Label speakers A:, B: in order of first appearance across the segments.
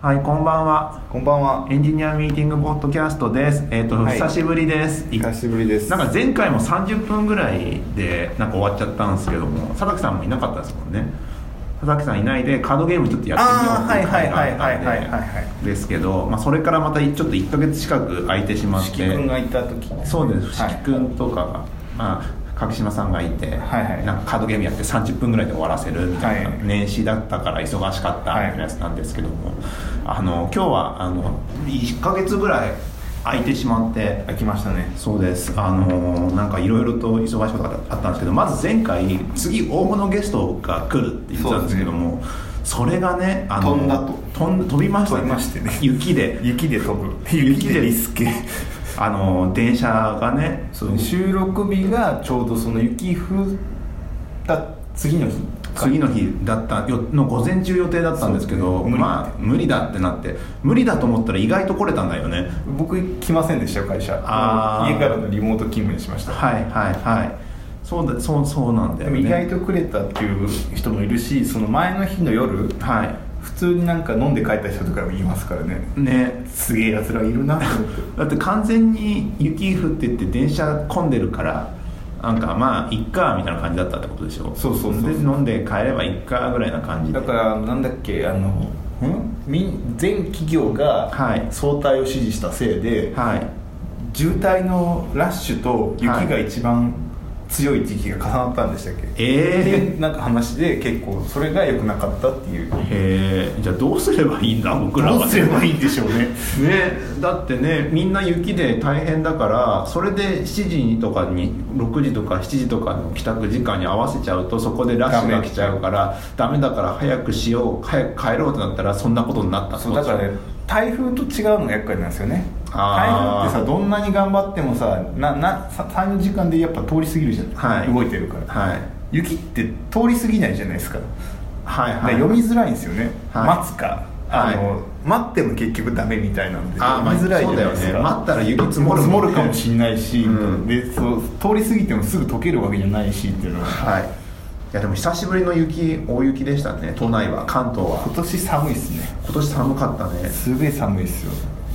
A: はい、こんばんは。
B: こんばんは。
A: エンジニアミーティングポッドキャストです。えっ、と、
B: はい
A: 久しぶりです。い
B: 久しぶりです。
A: なんか前回も30分ぐらいでなんか終わっちゃったんですけども佐々木さんもいなかったですもんね佐々木さんいないでカードゲームちょっとやってみようっていう会があ
B: あーはいはいはいはいはい
A: っ
B: は
A: たんでですけど、まあ、それからまたちょっと1ヶ月近く空いてしまっ
B: 四季君が
A: て
B: いた時。
A: そうです伏
B: はい
A: 木君とかが、まあ柿島さんがいて、
B: はいはい
A: なんかカードゲームやって30分ぐらいで終わらせるみたいな、
B: はい
A: 年始だったから忙しかったみたいなやつなんですけども、あの今日はあの1ヶ月ぐらい空いてしまって、
B: あ来ましたね。
A: そうですあのーなんかいろいろと忙しいことがあったんですけどまず前回次大物ゲストが来るって言ってたんですけどもそ,、れがねあのー
B: 飛んだと
A: 飛ん飛びました
B: 飛びましてね
A: 雪で
B: 雪で飛ぶ。
A: 雪で
B: 雪でリスケ。
A: あのー電車がねそう
B: 収録日がちょうどその雪降った次の日。
A: 次の日だったよの午前中予定だったんですけ
B: そ
A: ど
B: う無理
A: まあ無理だってなって無理だと思ったら意外と来れたんだよね
B: 僕来ませんでしたよ会社。
A: あー
B: 家からのリモート勤務にしました。
A: はいはいはいそうだそうそうなんだ
B: で
A: よ
B: も
A: ね
B: 意外とくれたっていう人もいるし、その前の日の夜。
A: はい
B: 普通になんか飲んで帰った人とかもいますからね。
A: ね
B: すげえ奴らいるなと思って。
A: だって完全に雪降ってって電車混んでるからなんかまあいっかみたいな感じだったってことでしょ
B: そうそうそう
A: で飲んで帰ればいっかぐらいな感じで
B: だからなんだっけあのん民全企業が
A: はい
B: 相対を支持したせいで、
A: はい
B: 渋滞のラッシュと雪
A: は
B: が
A: い
B: 一番強い時期が重なったんでしたっけ、
A: え
B: でなんか話で結構それが良くなかったっていう
A: ー、えー、じゃあどうすればいいんだ僕らは
B: どうすればいいんでしょうね
A: ね、だってねみんな雪で大変だからそれで7時とかに6時とか7時とかの帰宅時間に合わせちゃうとそこでラッシュが来ちゃうからダメだから早くしよう早く帰ろうってなったらそんなことになったって
B: そ
A: こ
B: う
A: と
B: だ
A: でしょ
B: からね台風と違うのが厄介なんですよね台
A: あー
B: 風ってさどんなに頑張ってもさなな34時間でやっぱ通り過ぎるじゃない、
A: はい
B: 動いてるから、
A: はい
B: 雪って通り過ぎないじゃないですか
A: はい
B: で
A: はい
B: 読みづらいんですよね、
A: はい
B: 待つか、あ
A: は
B: の待っても結局ダメみたいなんで
A: あーまあ
B: 読みづらいじゃないです
A: そうだよ
B: か、
A: ね待ったら雪積もるもんね
B: 積もるかもしれないし、
A: うん
B: でそう通り過ぎてもすぐ溶けるわけじゃないしっていうのは、
A: はい。いやでも久しぶりの雪、大雪でしたね。都内は、関東は。
B: 今年寒いですね
A: 今年寒かったね。
B: すげえ寒いですよ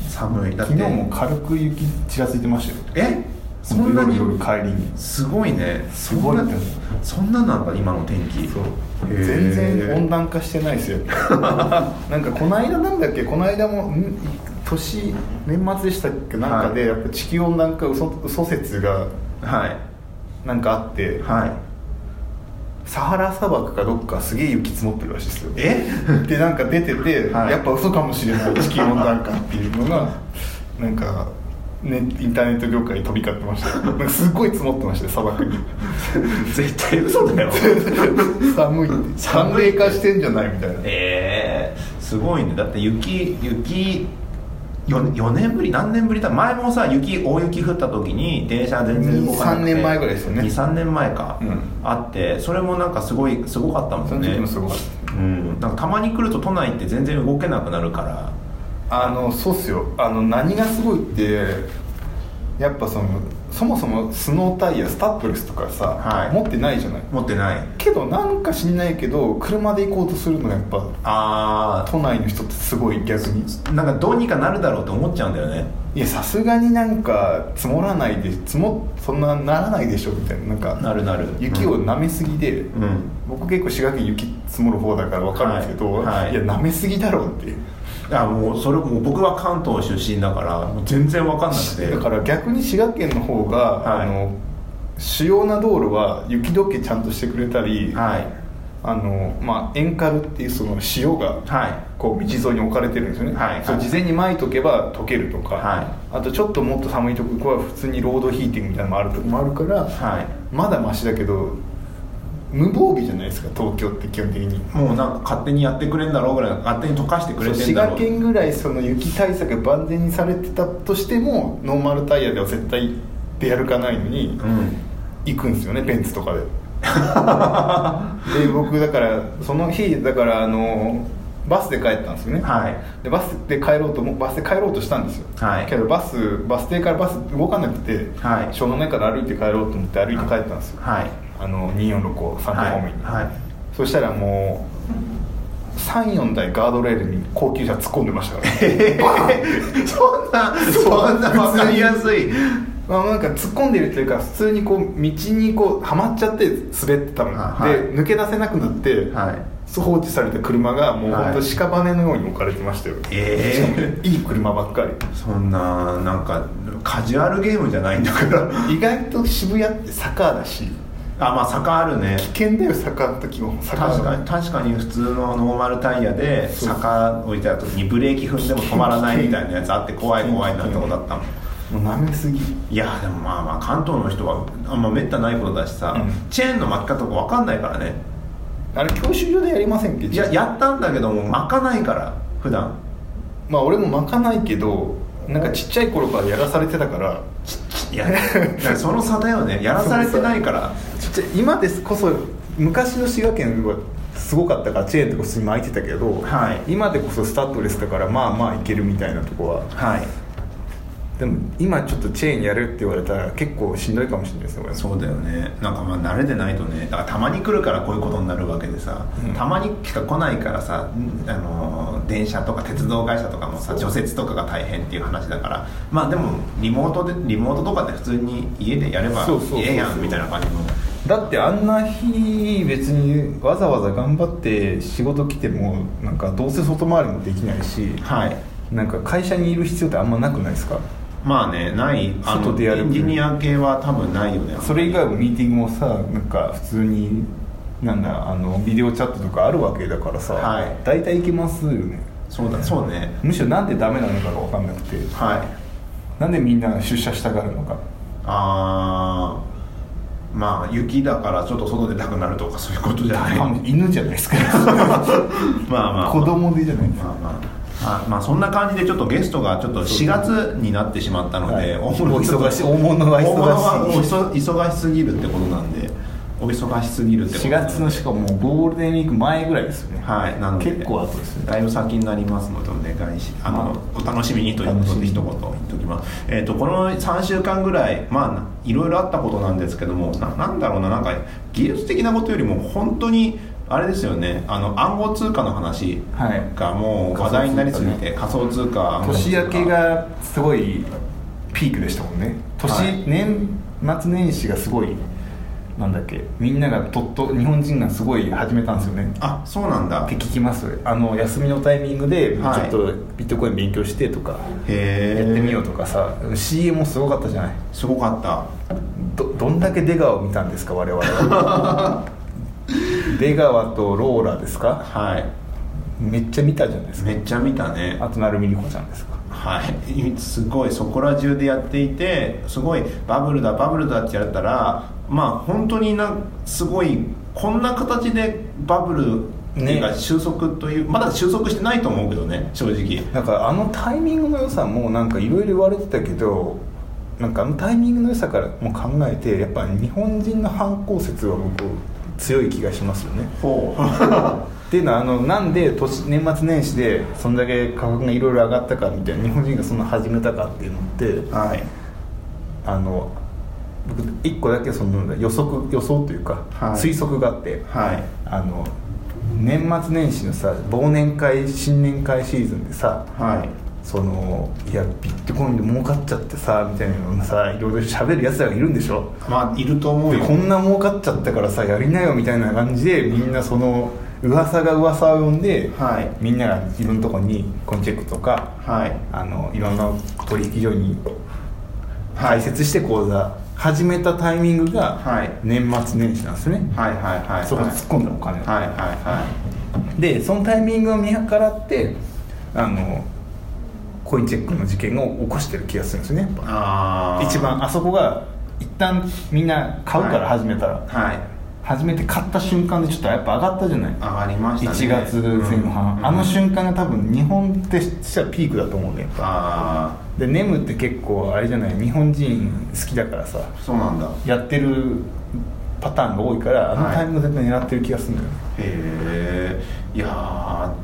A: 寒い。だって。
B: 昨日も軽く雪ちらついてましたよ
A: え、そんなに。
B: 夜夜帰りに
A: すごいね。
B: すごい
A: そん
B: ね
A: なそんななんだ今の天気。
B: そう
A: へー
B: 全然温暖化してないですよなんかこの間なんだっけこの間もん年年末でしたっけなんかで、
A: はい
B: やっぱ地球温暖化嘘嘘説が
A: はい。
B: なんかあって
A: はい。
B: サハラ砂漠かどっかすげえ雪積もってるらしいですよ
A: え。
B: でなんか出てて、
A: はい
B: やっぱ嘘かもしれない 地球温暖化っていうのがなんか、ね、インターネット業界に飛び交ってま したなんかすっごい積もってましたよ砂漠に
A: 絶対嘘 だよ。
B: 寒いって寒冷化してんじゃないみたいな
A: えー、すごいねだって雪雪 4, 四年ぶり何年ぶりだ前もさ雪大雪降った時に電車全然動かなくて
B: 二三年前ぐらいですよね
A: 23年前か、
B: うん
A: あってそれもなんかすごいすごかったも
B: そ
A: ん
B: の
A: ね
B: 時もすごかった
A: うん、なんかたまに来ると都内って全然動けなくなるから
B: あのそうっすよあの何がすごいってやっぱそのそもそもスノータイヤスタッドレスとかさ、
A: はい
B: 持ってないじゃない
A: 持ってない
B: けどなんか知んないけど車で行こうとするのがやっぱ
A: あ
B: 都内の人ってすごい逆に
A: あなんかどうにかなるだろうと思っちゃうんだよね
B: いやさすがになんか積もらないで積もそんなならないでしょみたいななん
A: な
B: か
A: るなる
B: 雪を舐めすぎで、
A: うん、うん
B: 僕結構滋賀県雪積もる方だから分かるんですけど、
A: はいはい
B: いや舐めすぎだろうって
A: いやもうそれもう僕は関東出身だからもう全然わかんなくて
B: だから逆に滋賀県の方が、
A: はい
B: あの主要な道路は雪解けちゃんとしてくれたり、
A: はい
B: あのまあ、エンカルっていうその塩が
A: はい
B: こう道沿いに置かれてるんですよね、
A: はい
B: そう
A: はい
B: 事前に撒いとけば溶けるとか、
A: は
B: あとちょっともっと寒いとこは普通にロードヒーティングみたいなのもあるとこもあるから、
A: はい
B: まだマシだけど無防備じゃないですか東京って基本的に
A: もうなんか勝手にやってくれんだろうぐらい勝手に溶かしてくれ
B: そう
A: てん
B: 滋
A: だ
B: 賀
A: ろう
B: 県ぐらいその雪対策が万全にされてたとしてもノーマルタイヤでは絶対出歩かないのに
A: うん
B: 行くんですよねベンツ とかでで僕だからその日だからあのバスで帰ったんですよね、
A: はい
B: でバスで帰ろうともバスで帰ろうとしたんですよ、
A: はい
B: けどバスバス停からバス動かなくて、
A: はい
B: しょうがないから歩いて帰ろうと思って歩いて帰ったんですよ、
A: はい
B: あの246を3
A: はい
B: 方面に、
A: はい
B: そしたらもう34台ガードレールに高級車突っ込んでましたから、
A: そんなそんな分かりやすい
B: まあ、なんか突っ込んでるっていうか普通にこう道にこうはまっちゃって滑ってたの、
A: あはい
B: で抜け出せなくなって、
A: はい
B: 放置された車がもう
A: はい
B: 本当屍のように置かれてましたよ、
A: ええ
B: しかもいい車ばっかり
A: そんななんかカジュアルゲームじゃないんだから
B: 意外と渋谷って坂だし
A: あまあ坂あるね
B: 危険だよ坂の時も坂
A: 確かに確かに普通のノーマルタイヤで
B: そう
A: 坂置いてあるとにブレーキ踏んでも止まらないみたいなやつあって怖い怖いなとこだったもん
B: もう舐めすぎ
A: いやでもまあまあ関東の人はあんまめったないことだしさ、
B: うん
A: チェーンの巻き方とか分かんないからね
B: あれ教習所でやりませんっけ
A: いややったんだけども巻かないから普段
B: まあ俺も巻かないけどなんかちっちゃい頃からやらされてたから
A: いやなんかその差だよねやらされてないから
B: ちっちゃい今ですこそ昔の滋賀県はすごかったからチェーンとか普通に巻いてたけど、
A: はい
B: 今でこそスタッドレスだからまあまあいけるみたいなとこは
A: はい
B: でも今ちょっとチェーンやるって言われたら結構しんどいかもしれないですねこれ
A: そうだよねなんかまあ慣れてないとねだからたまに来るからこういうことになるわけでさ、
B: うん
A: たまにしか来ないからさ、あのー電車とか鉄道会社とかもさ除雪とかが大変っていう話だからまあでもリモートでリモートとかで普通に家でやれば
B: そうそうそうそう
A: ええやんみたいな感じの
B: だってあんな日別にわざわざ頑張って仕事来てもなんかどうせ外回りもできないし
A: はい
B: なんか会社にいる必要ってあんまなくないですか
A: まあねないあの
B: 外でや
A: エ
B: る
A: ンジニア系は多分ないよね
B: それ以外もミーティングもさなんか普通になんだあのビデオチャットとかあるわけだからさ、
A: はい
B: 大体いけますよね
A: そうだそうね
B: むしろなんでダメなのかが分かんなくて
A: はい
B: なんでみんな出社したがるのか
A: あーまあ雪だからちょっと外出たくなるとかそういうことじゃ ない
B: 多分犬じゃないですか
A: まあ まあ
B: 子供でじゃないです
A: まあ
B: か
A: まああまあそんな感じでちょっとゲストがちょっと4月になってしまったの
B: は
A: で、
B: い
A: お
B: お忙しい大物は
A: 大物はもう
B: 忙しい
A: 忙忙しすぎるってことなんでお忙しすぎるってこと
B: 4
A: なんで
B: 月のしかもゴールデンウィーク前ぐらいですよね
A: はいなので
B: 結構後ですね
A: だいぶ先になりますのでお願いしあの、
B: ま
A: お楽しみにということで一言言っておきます、えー、とこの3週間ぐらいまあいろいろあったことなんですけどもななんだろうななんか技術的なことよりも本当にあれですよねあの暗号通貨の話
B: はい
A: がもう話題になりすぎて仮想通貨,、
B: 年明けがすごいピークでしたもんね年、
A: はい
B: 年末年始がすごいなんだっけみんながとっと日本人がすごい始めたんですよね
A: あそうなんだ
B: って
A: へ
B: 聞きますあの休みのタイミングでちょ
A: はい
B: っとビットコイン勉強してとか、
A: え
B: やってみようとかさ CM もすごかったじゃない
A: すごかった
B: どどんだけ出川を見たんですか我々 は出川とローラですか
A: はい
B: めっちゃ見たじゃないですか
A: めっちゃ見たね
B: あと成美理子ちゃんですか
A: はい、すごいそこら中でやっていてすごいバブルだバブルだってやったらまあ本当になすごいこんな形でバブルっていうか
B: ね
A: 収束という、まだ収束してないと思うけどね正直
B: なんかあのタイミングの良さもなんかいろいろ言われてたけどなんかあのタイミングの良さからも考えてやっぱ日本人の反抗説は僕強い気がしますよね
A: ほう
B: っていうのはあのなんで年年末年始でそんだけ価格がいろいろ上がったかみたいな日本人がそんな始めたかっていうのって
A: はい
B: あの僕1個だけその予測予想というか、
A: はい
B: 推測があって
A: はい
B: あの年末年始のさ忘年会新年会シーズンでさ
A: はい
B: そのいやビットコインで儲かっちゃってさみたいなのさいろいろ喋るやつらがいるんでしょ
A: まあいると思うよ
B: こんな儲かっちゃったからさやりなよみたいな感じでみんなその噂が噂を呼んで、
A: はい
B: みんなが自分のとこにコインチェックとか
A: はい
B: あのいろんな取引所に
A: は
B: 開
A: い
B: 設して口座始めたタイミング
A: は
B: が
A: い
B: 年末年始なんですね、
A: はいはいはいはい
B: そこ突っ込んだお金、
A: はいはいはい
B: でそのタイミングを見計らってあのコインチェックの事件を起こしてる気がするんですねやっぱ
A: ああ
B: 一番あそこが一旦みんな買うから
A: はい
B: 始めたら、
A: はい
B: 初めて買った瞬間でちょっとやっぱ上がったじゃない、
A: 上がりましたね
B: 1月前半、
A: うん
B: あの瞬間が多分日本としてはピークだと思うんだよやっぱ
A: あ
B: でネムって結構あれじゃない日本人好きだからさ
A: あそうなんだ
B: やってるパターンが多いからあのタイミング絶対狙ってる気がするんだよね、
A: へえいやー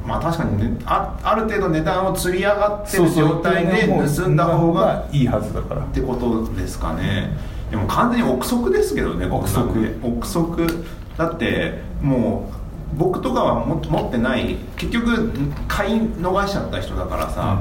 A: まあ確かに、ね、あある程度値段を釣り上がってる状態で盗んだ方が
B: いいはずだから
A: ってことですかねでも完全に憶測ですけどね僕なんて憶測だってもう僕とかはも持ってない結局買い逃しちゃった人だからさ、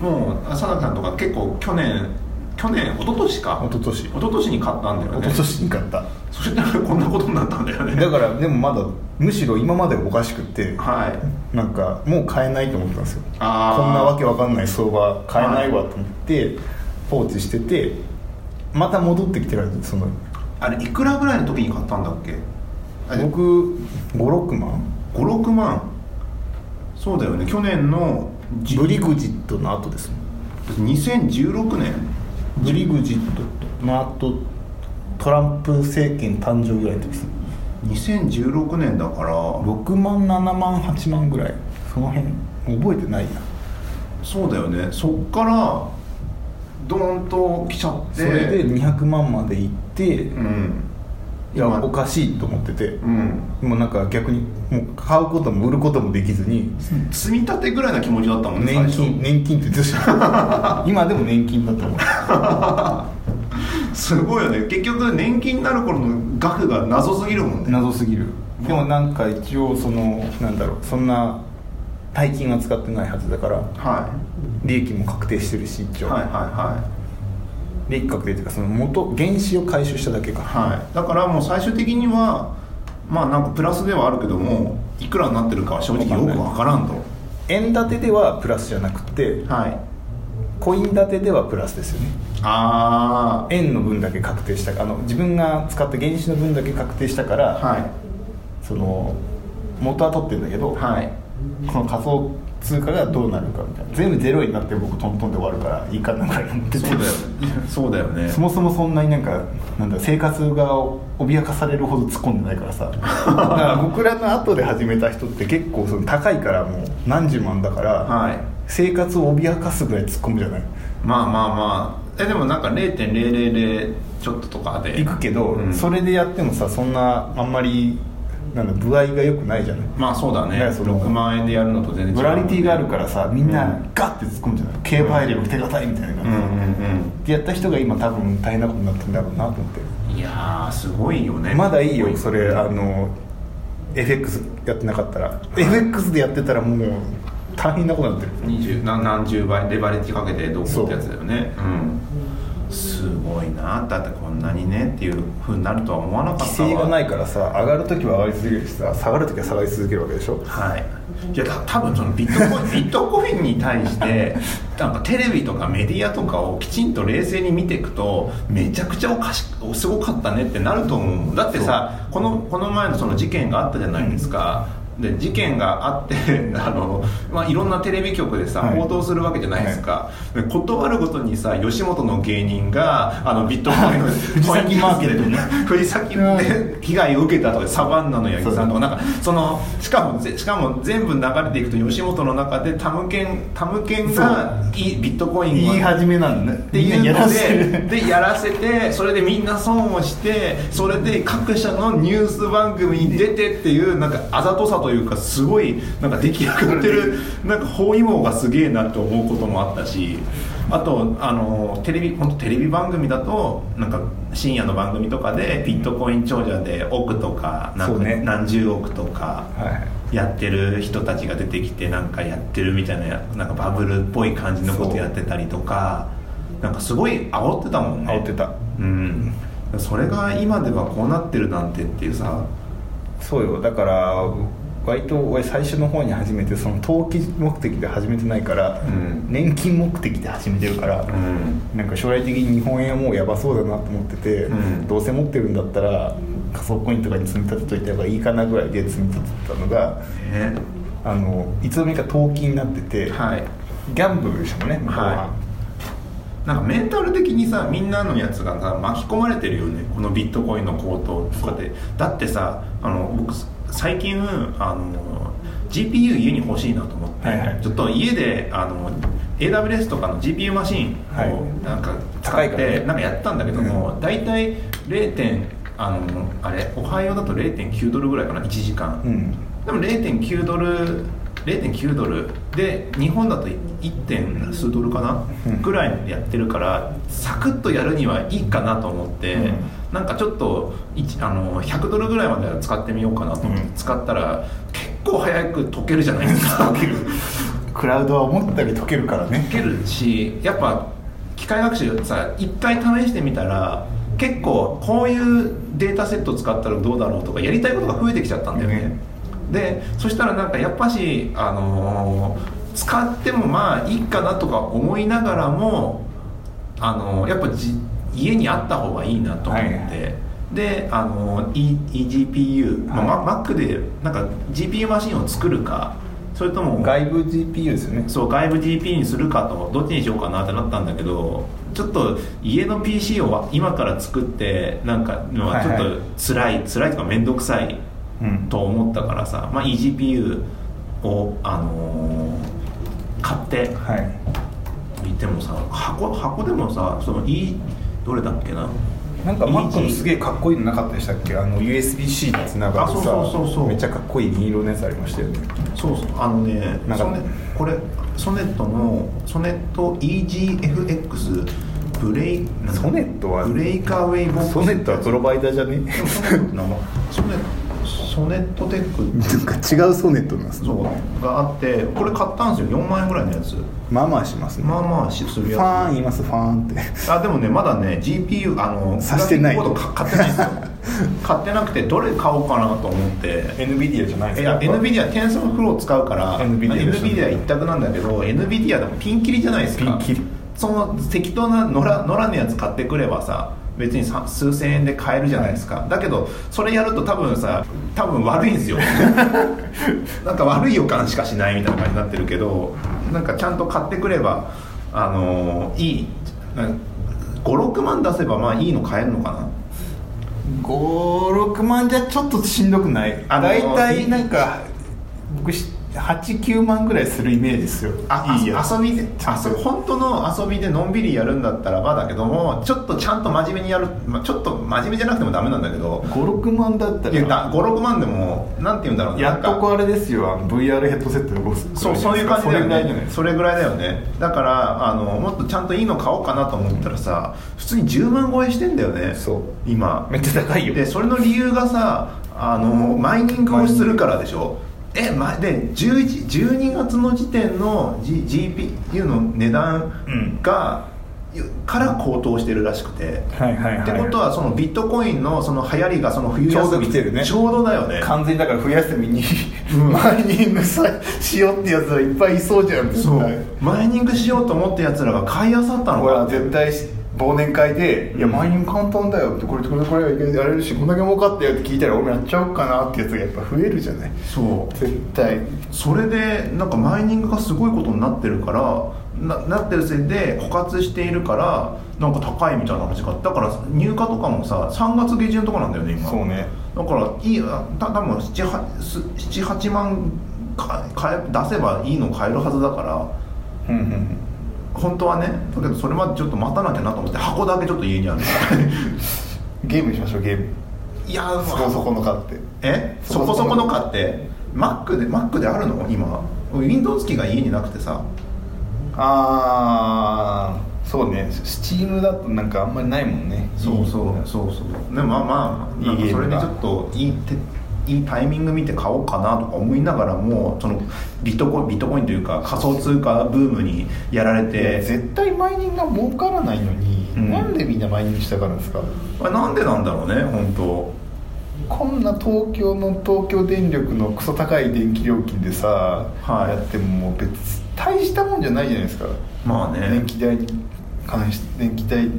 A: もう浅田さんとか結構去年去年一昨年か
B: 一昨年
A: 一昨年に買ったんだよ
B: 一
A: ね
B: 昨年に買った
A: そしたらこんなことになったんだよね
B: だからでもまだむしろ今までおかしくって
A: はい
B: なんかもう買えないと思ったんですよこんな
A: あー
B: わけわかんない相場買えないわと思って放置しててまた戻ってきてるその
A: あれいくらぐらいの時に買ったんだっけあれ
B: 僕56万
A: 56万そうだよね去年のじ
B: ブリグジットの後ですね
A: 2016年
B: ブリグジットの後トランプ政権誕生ぐらいの時ですね
A: 2016年だから
B: 6万7万8万ぐらいその辺覚えてないな
A: そうだよねそっからドーンと来ちゃって
B: それで200万まで行って
A: うん
B: いや
A: 今
B: おかしいと思ってて
A: うん
B: もうなんか逆にもう買うことも売ることもできずに
A: 積み立てぐらいな気持ちだったもんね
B: 年金年金って言ってた 今でも年金だと思う
A: 最初すごいよね結局年金になる頃の額が謎すぎるもんね
B: 謎すぎるでもなんか一応そのなんだろうそんな大金は使ってないはずだから
A: は
B: 利益も確定してるし一
A: い
B: 応、
A: はいはいはい
B: 利益確定っていうかその元原資を回収しただけか
A: はい、だからもう最終的にはまあなんかプラスではあるけどもいくらになってるかは正直よくわからんと
B: 円建てではプラスじゃなくて
A: はい
B: コイン建てではプラスですよね
A: あ
B: 円の分だけ確定したあの自分が使った原資の分だけ確定したから、
A: あはい
B: その元は取ってるんだけど、
A: はい
B: この仮想通貨がどうなるかみたいな全部ゼロになって僕トントンで終わるからいいかなぐらい思って
A: そ
B: て
A: うだよねそうだよね
B: そもそもそんなになんかなんだ生活が脅かされるほど突っ込んでない からさだから僕らの後で始めた人って結構その高いからもう何十万だから、
A: はい
B: 生活を脅かすぐらい突っ込むじゃない
A: まあまあまあえでもなんか0.000ちょっととかで
B: 行くけど、
A: うん
B: それでやってもさそんなあんまりなんだ具合が良くないじゃない
A: まあそうだね
B: ねその
A: 6万円でやるのと全然違う
B: ブラリティがあるからさみん
A: う
B: なんガッて突っ込むじゃない、競馬入れも手堅いみたいな
A: うんうん
B: 感じでやった人が今多分大変なことになってるんだろうなと思って
A: うんいやーすごいよね
B: まだいいよそれあの FX やってなかったら FX でやってたらもう大変なことになってる
A: 20何何十倍レバレッジかけてどうこうってやつだよねうんすごいなだってこんなにねっていうふうになるとは思わなかったわ
B: 規制がないからさ上がるときは上がり続けるしさ下がるときは下がり続けるわけでしょ
A: はいいやた多分そのビットコ インビットコインに対してなんかテレビとかメディアとかをきちんと冷静に見ていくとめちゃくちゃおかしおすごかったねってなると思うもんだってさこのこの前のその事件があったじゃないですか、で事件があって あの、まあ、いろんなテレビ局でさ
B: はい
A: 報道するわけじゃないですか、で断るごとにさ吉本の芸人があのビットコインの
B: 藤崎マーケ ットね
A: 振り先で被害を受けたとかサバンナの八木さんとかなんかそのしかもぜしかも全部流れていくと吉本の中でタムケンタムケンがいいビットコインを
B: 言い始めなんだね
A: っていうので
B: やらせる
A: でやらせてそれでみんな損をしてそれで各社のニュース番組に出てっていうなんかあざとさというかすごいなんか出来上がってるなんか包囲網がすげえなって思うこともあったしあとあのテレビ本当テレビ番組だとなんか深夜の番組とかでビットコイン長者で億とかなん
B: そ
A: か
B: うね
A: 何十億とか
B: はい
A: やってる人たちが出てきてなんかやってるみたいななんかバブルっぽい感じのことやってたりとかなんかすごい煽ってたもんね
B: 煽ってた
A: うんそれが今ではこうなってるなんてっていうさ
B: そうよだから割と俺最初の方に始めてその投機目的で始めてないから、
A: うん
B: 年金目的で始めてるから、
A: うん
B: なんか将来的に日本円はもうやばそうだなと思ってて、
A: うん
B: どうせ持ってるんだったら仮想コインとかに積み立てといた方がいいかなぐらいで積み立てたのが
A: ね
B: あのいつの間にか投機になってて、
A: はい
B: ギャンブルでしたもんね向こうは、
A: はなんかメンタル的にさみんなのやつがさ巻き込まれてるよねこのビットコインの高騰とかでだってさあの僕最近あの GPU 家に欲しいなと思って、
B: はいはい
A: ちょっと家であの AWS とかの GPU マシンを
B: はい
A: なんか
B: 高
A: 使
B: い
A: っ
B: か
A: て、
B: らね
A: なんかやったんだけども、大体0点あのあれオハイオだと0.9ドルぐらいかな1時間、
B: うん
A: でも0.9ドル0.9ドルで日本だと 1. 点数ドルかな、
B: うん
A: ぐらいやってるからサクッとやるにはいいかなと思って、
B: うん
A: なんかちょっといちあの100ドルぐらいまでは使ってみようかなと思って、
B: うん
A: 使ったら結構早く溶けるじゃないですか溶ける
B: クラウドは思ったより解けるからね
A: 溶けるしやっぱ機械学習さ一回試してみたら結構こういうデータセット使ったらどうだろうとかやりたいことが増えてきちゃったんだよね
B: ね
A: でそしたらなんかやっぱし、あのー使ってもまあいいかなとか思いながらも、あのーやっぱじ家にあった方がいいなと思って。
B: はいはい
A: で、あのー E- eGPU、まあま Mac でなんか GPU マシンを作るかそれとも
B: 外部 GPU ですね
A: そう外部 GP にするかとどっちにしようかなってなったんだけどちょっと家の PC を今から作ってなんかまあ
B: はい
A: ちょ
B: は
A: っ
B: い
A: と辛い辛いとか面倒くさい
B: うん
A: と思ったからさ、まあ、eGPU を、あのー買って
B: はい
A: みてもさ箱箱でもさその E どれだっけな
B: なんか
A: EG
B: Mac のすげえかっこいいのなかったでしたっけあの USB-C につながるさ
A: あそうそうそうそう
B: めっちゃかっこいい銀色のやつありましたよね
A: そうそうあのね
B: なんか
A: ソネこれソネットのソネット EGFX ブレイなんだ
B: ソネットは
A: ブレイカーウェイボックス
B: ソネットはゾロバイダーじゃね
A: でもソネットのソネソネットテック
B: なんか違うソネットなんです
A: そうがあってこれ買ったんですよ4万円ぐらいのやつ
B: まあまあしますね
A: まあまあしする
B: フ
A: やつ
B: ァーン言いますファーンって
A: あでもねまだね GPU あの
B: さしてない
A: グラフィックボードか買ってないんですよ 買ってなくてどれ買おうかなと思って
B: NVIDIA じゃない
A: いや NVIDIA テンソンフロー使うから
B: NVIDIA ですね
A: NVIDIA 一択なんだけど NVIDIA でもピンキリじゃないですか
B: ピンキリ
A: その適当な野良野良のやつ買ってくればさ別にさ数千円で買えるじゃないですか、だけどそれやると多分さ多分悪いんです よなんか悪い予感しかしないみたいな感じになってるけどなんかちゃんと買ってくればあのーいい56万出せばまあいいの買えるのかな
B: 56万じゃちょっとしんどくない
A: あの
B: 大体なんか僕し89万ぐらいするイメージですよ
A: あ
B: いいやつ
A: 遊びで遊び本当の遊びでのんびりやるんだったらばだけどもちょっとちゃんと真面目にやる、まあ、ちょっと真面目じゃなくてもダメなんだけど
B: 56万だった
A: いやだ
B: ら
A: 56万でもなんて言うんだろうな
B: やっとこ
A: なんか
B: うあれですよあの VR ヘッドセット動く
A: そうそういう感じだ
B: それぐらい
A: よ
B: じゃない
A: ね
B: ですか
A: それぐらいだよねだからあのもっとちゃんといいの買おうかなと思ったらさ普通に10万超えしてんだよね
B: そう
A: 今
B: めっちゃ高いよ
A: でそれの理由がさあのマイニングをするからでしょえまで11 12月の時点の、G、GPU の値段が、から高騰してるらしくて、
B: はいはいはい
A: ってことはそのビットコインのその流行りがその冬休み
B: ちょうど来てるね
A: ちょうどだよね
B: 完全にだから冬休みに、
A: うん
B: マイニングさしようってやつはいっぱいいそうじゃん絶
A: そ
B: 対
A: うマイニングしようと思ったやつらが買いあさったの
B: ほ
A: から
B: 絶対し忘年会で「いや
A: うん
B: マイニング簡単だよ」って「これとこれとこれやれるしこんだけ儲かったよ」って聞いたら俺やっちゃおうかなってやつがやっぱ増えるじゃない
A: そう
B: 絶対
A: それでなんかマイニングがすごいことになってるからななってるせいで枯渇しているからなんか高いみたいな話がだから入荷とかもさ3月下旬とかなんだよね今
B: そうね
A: だからいいあた多分78万か買え出せばいいの買えるはずだから
B: うんうんうん
A: 本当はねだけどそれまでちょっと待たなきゃなと思って箱だけちょっと家に ある
B: ゲームにしましょうゲーム
A: いや
B: そこそこの買って
A: えそこそこの買って Mac で Mac であるの今 Windows 機が家になくてさ
B: ああそうねスチームだとなんかあんまりないもんね
A: そうそうそうそうでもまあまあなんか
B: いいゲー
A: それ
B: ム
A: で
B: だ
A: ちょっといいていいタイミング見て買おうかなとか思いながらもそのビットコインビットコインというか仮想通貨ブームにやられて
B: 絶対マイニングが儲からないのに、
A: うん
B: なんでみんなマイニングしたがるんですか
A: あれなんでなんだろうね本当
B: こんな東京の東京電力のクソ高い電気料金でさ、
A: はい
B: やってももう別に大したもんじゃないじゃないですか、
A: まあね
B: 電気代に関し電気代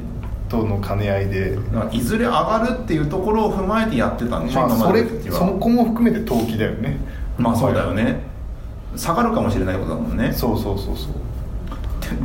B: との兼ね合いで、
A: なんかいずれ上がるっていうところを踏まえてやってたんでしょ、
B: まあ
A: 今
B: そ
A: まで
B: れ
A: の時
B: そ
A: は
B: こも含めて投機だよね
A: まあそうだよね下がるかもしれないことだもんね
B: そうそうそうそう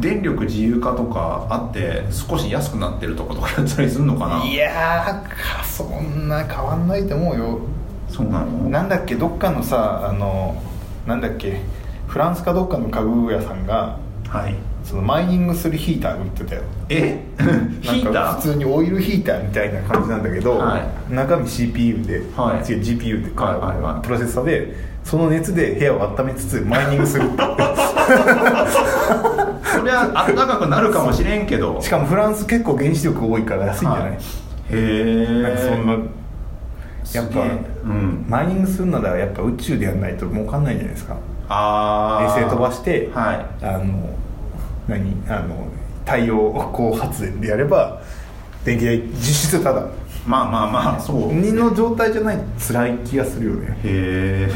A: 電力自由化とかあって少し安くなってるとことかやったりするのかない
B: やーかそんな変わんないと思うよ
A: そうなの
B: なんだっけどっかのさあのなんだっけフランスかどっかの家具屋さんが
A: はい
B: そのマイニングするヒーター売ってたよ
A: え ヒータ
B: な
A: ー
B: んか普通にオイルヒーターみたいな感じなんだけど、
A: はい
B: 中身 CPU で、
A: はい
B: 違う GPU で、
A: はいはいはい
B: プロセッサーでその熱で部屋を温めつつマイニングするって
A: そりゃあったかくなるかもしれんけど
B: しかもフランス結構原子力多いから安いんじゃない、
A: はいえ
B: なんかそんなや
A: や
B: っ
A: っ
B: ぱ
A: ぱうん
B: マイニングするならやっぱ宇宙でやんないと儲かんないじゃないですか
A: あ
B: 衛
A: あ
B: 星飛ばして
A: は
B: あの何あの太陽光発電でやれば電気代実質ただ
A: いまあまあまあそう
B: 鬼の状態じゃないと辛い気がするよね
A: へ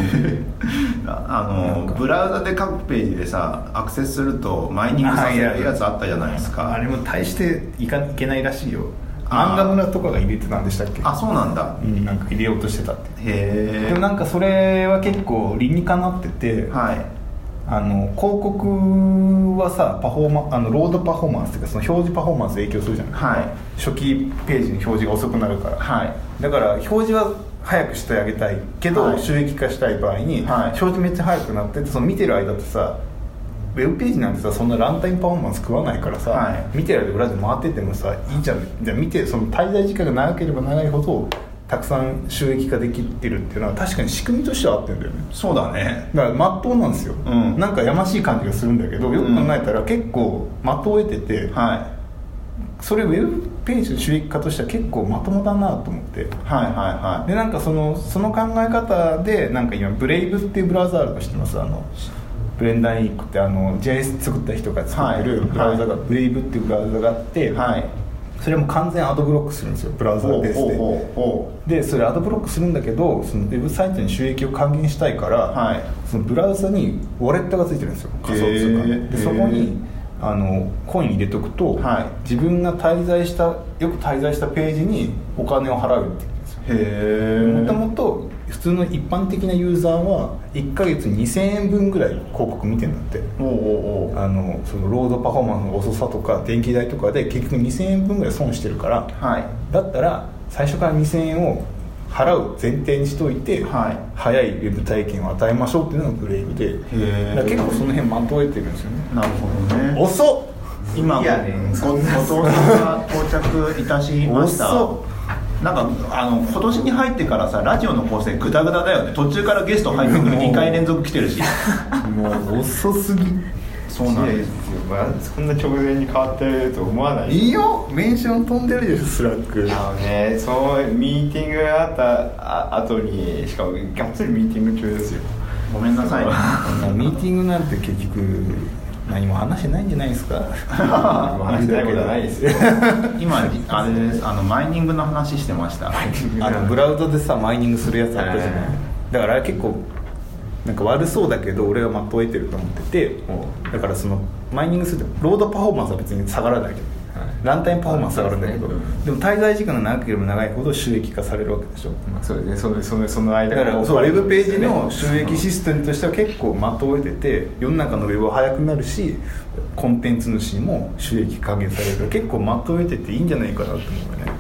A: え あ
B: なん
A: の
B: か
A: ブラウザで各ページでさアクセスするとマイニングさせるやつあったじゃないですか
B: あれも大していかいけないらしいよ
A: あー
B: 漫画村とかが入れてたんでしたっけ
A: あそうなんだ
B: うんなんか入れようとしてたって
A: へ
B: でも
A: え
B: なんかそれは結構理にかなってて、
A: はい
B: あの広告はさパフォーマあのロードパフォーマンスというかその表示パフォーマンス影響するじゃない
A: は
B: 初期ページの表示が遅くなるから、
A: いはい
B: だから表示は早くしてあげたいけど、
A: はい
B: 収益化したい場合に、
A: はい
B: 表示めっちゃ早くなっててその見てる間ってさウェブページなんてさそんなランタイムパフォーマンス食わないからさ、
A: はい
B: 見てる間裏で回っててもさいいじゃんじゃあ見てその滞在時間が長ければ長いほどたくさん収益化できてるっていうのは確かに仕組みとしては合ってるんだよね
A: そうだね
B: だからまっとうなんですよ、
A: うん
B: なんかやましい感じがするんだけどよく考えたら結構まとえてて、
A: はい
B: それウェブページの収益化としては結構まともだなと思っ
A: は
B: て
A: いはい
B: でなんかそのその考え方でなんか今ブレイブっていうブラウザあるの知ってますあのブレンダーインクってあの JS 作った人が作ってる
A: はい
B: ブラウザが、ブレイブっていうブラウザがあって、
A: はいはい
B: それも完全アドブロックするんですよブラウザベースで
A: ほうほ
B: でそれアドブロックするんだけどそのウェブサイトに収益を還元したいから、
A: はい
B: そのブラウザにウォレットがついてるんですよ仮想通貨
A: へー
B: のでそこ
A: へ
B: に
A: ー
B: あのコイン入れとくと、
A: はい
B: 自分が滞在したよく滞在したページにお金を払うっていうんですよ
A: うへえ
B: もともと普通の一般的なユーザーは1ヶ月に2000円分ぐらい広告見てんだって
A: おうおうおう
B: あのそのロードパフォーマンスの遅さとか電気代とかで結局2000円分ぐらい損してるから
A: はい
B: だったら最初から2000円を払う前提にしといて、
A: は
B: 早いウェブ体験を与えましょうっていうのがブレイブで
A: え
B: だから結構その辺まとえてるんですよね
A: いなるほどね
B: 遅っ
A: 今
B: い
A: ご
B: やね
A: ごご到着が到着いたしました
B: 遅
A: なんかあの今年に入ってからさラジオの構成グダグダだよね途中からゲスト入ってくる2回連続来てるし
B: もう遅すぎ
A: そうなんです
C: よ、まあ、そんな直前に変わってると思わない
B: いいよメンション飛んでるでしょスラック
C: あのねそのミーティングがあったあ後にしかもがっつりミーティング中ですよ
A: ごめんなさ いね
B: ミーティングなんて結局何も話してないんじゃないです か
C: 話したいことはないですよ
A: 今あれですあのマイニングの話してました
B: あのブラウザでさマイニングするやつあったじゃない、
C: はい
B: だからあれ結構なんか悪そうだけど俺はまとえてると思っててだからそのマイニングするってロードパフォーマンスは別に下がらないけど、ランタイムパフォーマンスは下がるんだけど、
C: そうですね
B: でも滞在時間が長ければ長いほど収益化されるわけでしょ
C: まあそうですねそのそのその
B: だ
C: 間
B: からそうウェブページの収益
C: ス
B: システムとしては結構まとえてて世の中のウェブは早くなるしコンテンツ主も収益還元されるから結構まとえてていいんじゃないかなと思うよね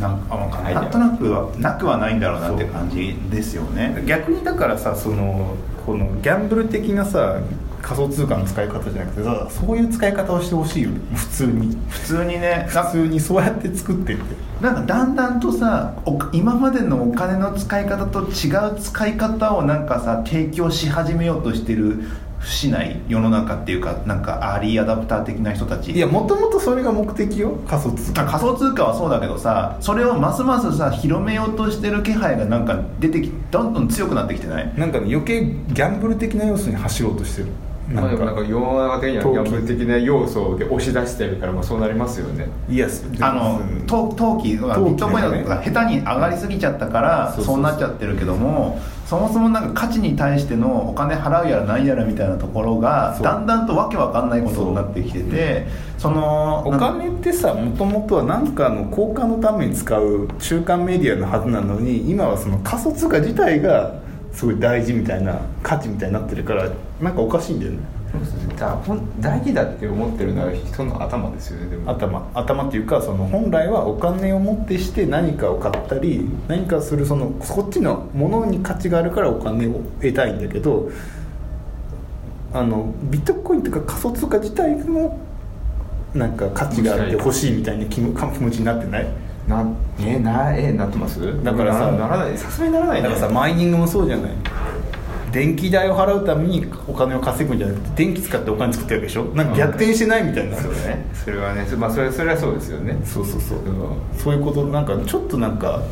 A: なんかなんか
C: アイデア
A: なんとなくはなくはないんだろうなって感じですよね
B: 逆にだからさそのこのギャンブル的なさ仮想通貨の使い方じゃなくてさそういう使い方をしてほしいよね普通に
A: 普通にねな
B: 普通にそうやって作ってって
A: なんかだんだんとさお今までのお金の使い方と違う使い方をなんかさ提供し始めようとしてる節ない世の中っていうかなんかアーリーアダプター的な人たち
B: いやもともとそれが目的よ仮想通貨
A: 仮想通貨はそうだけどさそれをますますさ広めようとしてる気配がなんか出てきどんどん強くなってきてない
B: なんかね余計ギャンブル的な要素に走ろうとしてる
C: まあ、でもなんか世の中的にはギ
B: 投
C: ャ
B: 機
C: ンブル的な要素で押し出してるから、まあ、そうなりますよね
B: いやす
A: あの
B: うん
A: と投機は
B: 投機
A: ビットコインとか下手に上がりすぎちゃったから
B: そうそうそう
A: そうなっちゃってるけどもそもそもなんか価値に対してのお金払うやらなんやらみたいなところが
B: そう
A: だんだんとわけわかんないことになってきててその
B: お金ってさもともとは何かの交換のために使う中間メディアのはずなのに今はその仮想通貨自体がすごい大事みたいな価値みたいになってるからなんかおかしいんだよね
C: だほん大事だって思ってるのは人の頭ですよねでも
B: 頭頭っていうかその本来はお金を持ってして何かを買ったり何かするそのこっちのものに価値があるからお金を得たいんだけどあのビットコインとか仮想通貨自体もなんか価値があって欲しいみたいな気も気持ちになってない
C: なえなえなってます
B: だからさ
C: なならないさすがにならない
B: だ
C: ね
B: からさマイニングもそうじゃない電気代を払うためにお金を稼ぐんじゃなくて電気使ってお金作ってるわけでしょなんか逆転してないみたいな、
C: そうねそれはねそまあそれそれはそうですよね
B: そうそうそう、
C: ん
B: そういうことなんかちょっとなんか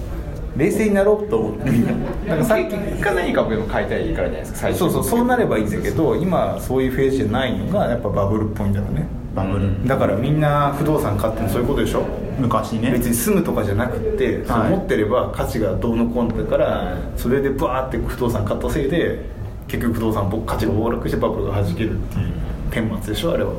B: 冷静になろうと思ってみんななんかさっき
C: 結果何かをでも変えたいからじゃないですか最初
B: そうそうそうなればいいんだけど今そういうフェーズじゃないのがやっぱバブルっぽいんだろうね
A: バブル
B: だからみんな不動産買ってもそういうことでしょ
A: 昔ね
B: 別に住むとかじゃなくて、そ
A: は
B: の
A: い
B: 持ってれば価値がどうのこうのだから、
C: はい
B: それでバーって不動産買ったせいで結局不動産僕価値が暴落してバブルがはじけるっていう顛末でしょあれは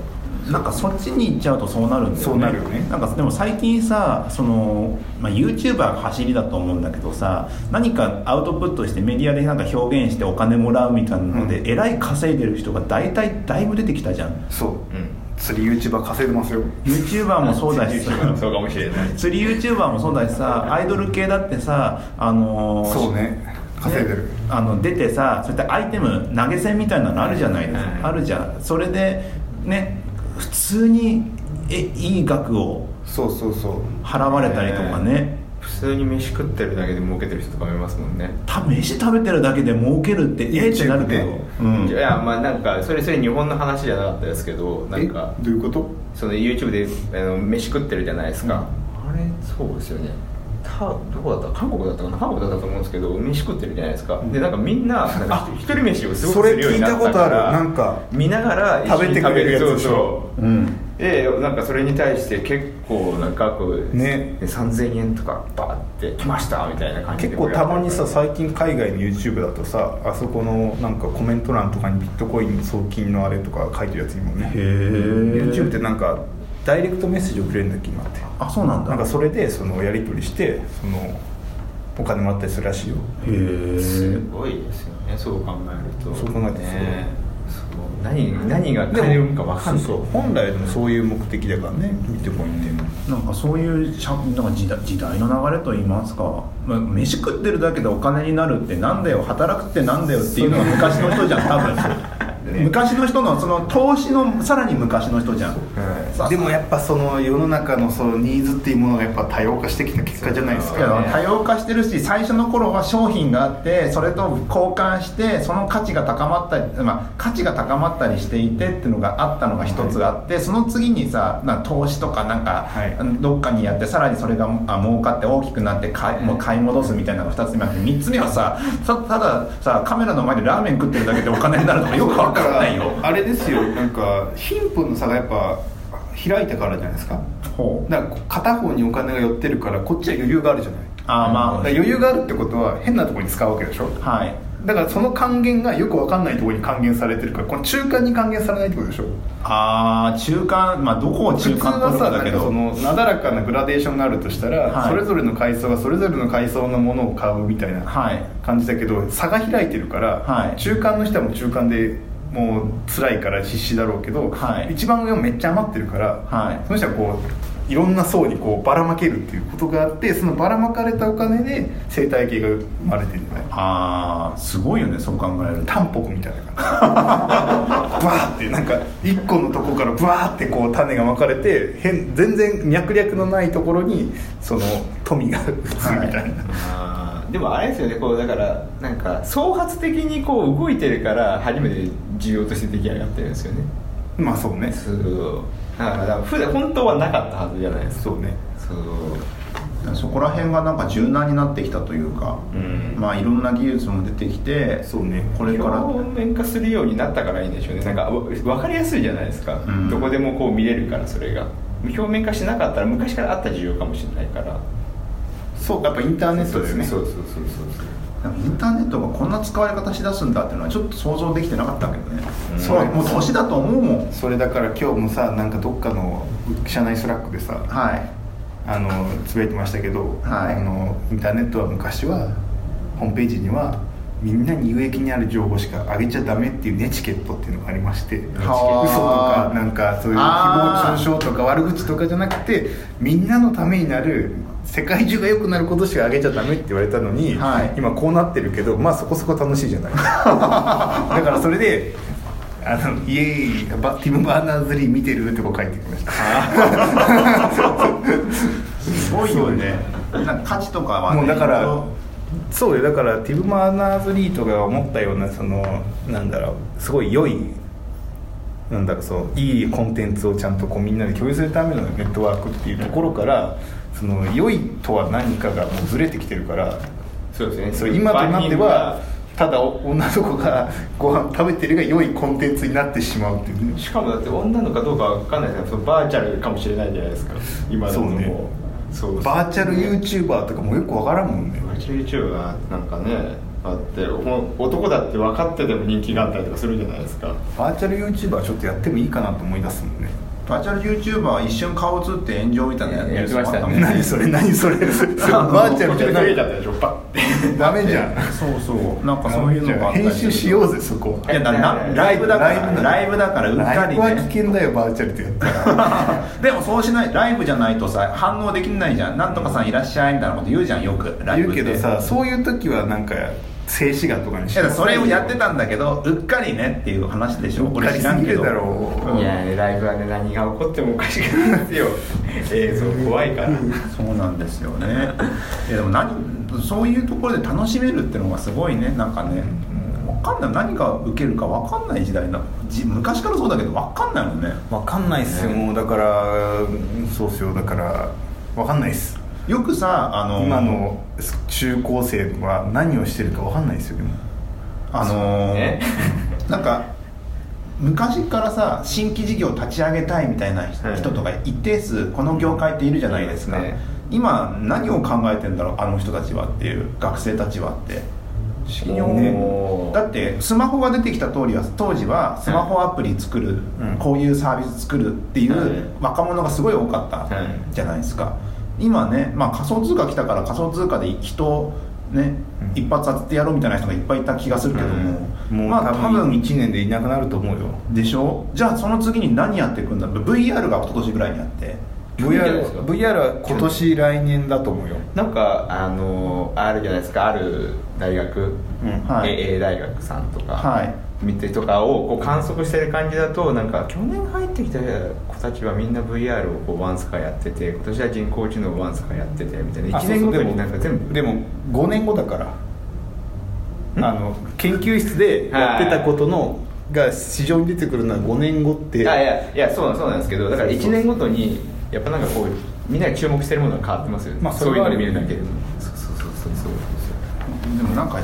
A: なんかそっちに行っちゃうとそうなるんだよね
B: そうなるよね
A: なんかでも最近さその、まあ、YouTuber が走りだと思うんだけどさ何かアウトプットしてメディアでなんか表現してお金もらうみたいなので、
B: う
A: えらい稼いでる人が大体だいぶ出てきたじゃん
B: そう、
C: うん
B: 釣り YouTuber 稼いでますよ
A: YouTuber もそうだしさ
C: そうかもしれない
A: 釣り YouTuber もそうだしさアイドル系だってさあのー
B: そうね稼いでる、
A: ねあの出てさそうやってアイテム投げ銭みたいなのあるじゃないですか、
C: はい
A: あるじゃんそれでね普通にえいい額を
B: そうそうそう
A: 払われたりとかね、
C: 普通に飯食ってるだけで儲けてる人とかもいますもんね
A: た飯食べてるだけで儲けるってええってなるけど、うん
C: いやまあなんかそれそれ日本の話じゃなかったですけどなんか
B: えどういうこと
C: その YouTube であの飯食ってるじゃないですか、あれそうですよねたどこだった韓国だったかな韓国だったと思うんですけど飯食ってるじゃないですか、でなんかみん ななんか一人飯をすごくするようになったか
B: それ聞いた
C: ら
B: ことあるなんか
C: 見ながら一緒
B: 食べ
C: に
B: てくれるやつ
C: そう
B: でしょ
C: そう
A: うん
C: でなんかそれに対して結構な額、
B: ね
C: 3000円とかバーって来ましたみたいな感じ
B: 結
C: で
B: 構たまにさ最近海外の YouTube だとさあそこのなんかコメント欄とかにビットコインの送金のあれとか書いてるやつにもね
A: へえ
B: YouTube ってなんかダイレクトメッセージ送れるんだっけ今って
A: あそうなんだ
B: なんかそれでそのやり取りしてそのお金もらったりするらしいよ
A: へ
C: す
A: え
C: ごいですよねそう考えると
B: そう考えると
C: ねそう何何が買えるんか分かんない
B: そうそう本来のそういう目的だからねビットコインっていうのは
A: なんかそういうしゃなんか時代時代の流れといいますか、まあ、飯食ってるだけでお金になるってなんだよ働くってなんだよっていうのが昔の人じゃん多分、昔の人のその投資のさらに昔の人じゃん
C: はい
A: さ
B: でもやっぱその世の中のそのニーズっていうものがやっぱ多様化してきた結果じゃないです
A: いや
B: か
A: 多様化してるし最初の頃は商品があってそれと交換してその価値が高まったり、まあ、価値が高まったりしていてっていうのがあったのが一つあって、その次にさな投資とかなんか、
B: はい
A: どっかにやってさらにそれがあ儲かって大きくなって買いもう買い戻すみたいなのが2つ目あって3つ目はさたたださカメラの前でラーメン食ってるだけでお金になる とかよくわからないよ。
B: あれですよなんか貧富の差がやっぱ開いたからじゃないですか
A: ほう
B: だから片方にお金が寄ってるからこっちは余裕があるじゃない
A: あーまあ
B: だから余裕があるってことは変なところに使うわけでしょ
A: はい
B: だからその還元がよく分かんないところに還元されてるからこの中間に還元されないってことでしょ
A: あー中間まあどこを中
B: 普通
A: 間取
B: は
A: る
B: さ
A: か
B: な
A: だ
B: ん
A: け
B: かそ
A: ど
B: のなだらかなグラデーションがあるとしたら、
A: はい
B: それぞれの階層がそれぞれの階層のものを買うみたいな
A: はい
B: 感じだけど差が開いてるから、
A: はい
B: 中間の人はもう中間でもう辛いから必死だろうけど、
A: はい
B: 一番上はめっちゃ余ってるから、
A: はい
B: その人はこういろんな層にこうばらまけるっていうことがあってそのばらまかれたお金で生態系が生まれてるんじゃない
A: ああすごいよねそう考えると
B: タンポポみたいな感じバーってなんか一個のとこからバーってこう種がまかれて変全然脈略のないところにその富が普通みたいな、
C: あーでもあれですよねこうだからなんか創発的にこう動いてるから初めて需要として出来上がってるんですよね
B: まあそうね
C: そうだからだから普段本当はなかったはずじゃないですか
B: そうね
C: そう
A: そこら辺がなんか柔軟になってきたというか、
C: うん
A: まあいろんな技術も出てきて
B: そうね
A: これから
C: 表面化するようになったからいいんでしょうねなんかわ分かりやすいじゃないですか、
A: うん
C: どこでもこう見れるからそれが表面化しなかったら昔からあった需要かもしれないから
B: そうやっぱインターネットだよね
C: そうそうそうそうそう
A: なんかインターネットがこんな使われ方しだすんだっていうのはちょっと想像できてなかったけどね、
C: うん
A: それもう年だと思うもん
B: それだから今日もさなんかどっかの社内スラックでさ
A: はい
B: あのつぶやいてましたけど、
A: はい
B: あのインターネットは昔はホームページにはみんなに有益にある情報しか上げちゃダメっていうネチケットっていうのがありまして嘘と
A: はあ
B: かなんかそういう
A: あー
B: 誹謗中傷とか悪口とかじゃなくてみんなのためになる世界中が良くなることしか上げちゃダメって言われたのに、
A: はい
B: 今こうなってるけどまあそこそこ楽しいじ ゃないだからそれであのイエーイバティム・バーナーズ・リー見てるってこう書いてきました
A: すごいよねなんか価値とかはね
B: もうだから
A: いろいろ
B: そうよだからティブ・マーナーズ・リーとかが思ったようなそのなんだろうすごい良いなんだろうそういいコンテンツをちゃんとこうみんなで共有するためのネットワークっていうところからその良いとは何かがもうずれてきてるから
C: そうですね
B: そう今となって
C: 万
B: は
C: 人が
B: ただ女の子がご飯食べてるが良いコンテンツになってしまうっていうね
C: しかもだって女の子かどうかわかんないですよそのバーチャルかもしれないじゃないですか今だと
B: そうね
C: もうそう
B: バーチャル
C: ー
B: YouTuber とかもよくわからんもんね
C: バーチャル YouTube はなんかねあってほん男だって分かってても人気があったりとかするじゃないですか
B: バーチャル YouTuber ちょっとやってもいいかなと思い出すもんね
A: バーチャル YouTuber は一瞬顔映って炎上みたいなのる人
C: やってましたね
A: あっ
B: 何それ何 それ バーチャルじゃな
C: ないいだったでしょパッて
B: ダメじゃん
A: たねそうそうなんかそういうのがあったり
B: 編
A: する
B: 集しようぜそこ
A: いやだなライブだからライブだからうっか
B: ライ
A: り
B: ブは
A: ね
B: 危険だよバーチャルってやったら
A: でもそうしないライブじゃないとさ反応できないじゃんなんとかさんいらっしゃいみたいなこと言うじゃんよくライ
B: 言
A: ブ
B: う
A: って
B: けどさそういう時はなんか静止画とかに
A: い
B: し
A: や
B: て
A: だからそれをやってたんだけどうっかりねっていう話でしょ俺知らんけど
B: うっかりすぎるだろ
A: う
B: う
A: ん
C: いやライブはね何が起こってもおかしくないですよ映像怖いから
A: そうなんですよね いやでも何そういうところで楽しめるってのがすごいねなんかね分かんない何が受けるか分かんない時代なじ昔からそうだけど分かんないもんね
B: わかんないっすよ、もうだからうんそうっすよだからわかんないっす
A: よくさあの
B: 今の中高生は何をしてるかわかんないっすよでも
A: あのー
C: ね
A: なんか昔からさ新規事業立ち上げたいみたいな
C: はい
A: 人とか一定数この業界っているじゃないですか、
C: いますね
A: 今何を考えてんだろうあの人たちはっていう学生たちはって
C: 資
B: ね
A: だってスマホが出てきた通りは当時はスマホアプリ作る、
B: うん
A: こういうサービス作るってい
C: はいう
A: 若者がすごい多かった
C: はい
A: じゃないですか今ね、まあ、仮想通貨来たから仮想通貨で人をね
B: うん
A: 一発当ててやろうみたいな人がいっぱいいた気がするけども、
B: もう、
A: まあ
B: 多
A: 多
B: 分
A: 分
B: 1年でいなくなると思うよ
A: でしょじゃあその次に何やっていくんだろう VR が一昨年ぐらいにあって
C: 去年じゃない
B: VR,
C: ですか
B: VR は今年来年だと思うよ、
C: なんかあのあるじゃないですかある大学、
B: うん
A: はい
C: AA 大学さんとか、
A: はい
C: 見てとかをこう観測してる感じだとなんか去年入ってきた子たちはみんな VR をこうワンスカやってて今年は人工知能をワンスカやっててみたいな
B: あ
C: 1年ごと
B: そうそうでも
C: になんか全部
B: でも5年後だからあの研究室でやってたことのが市場に出てくるのは5年後って
C: あいやいやそうなんそうなんですけどだから
B: そうそう
C: 1年ごとにやっぱなんかこうみんなが注目してるものが変わってますよね、
B: まあそ
C: そう
B: れ
C: いう
B: はあ
C: の
B: る
C: を見るだけでもそうそうそうそうそうそ
A: でもなんかい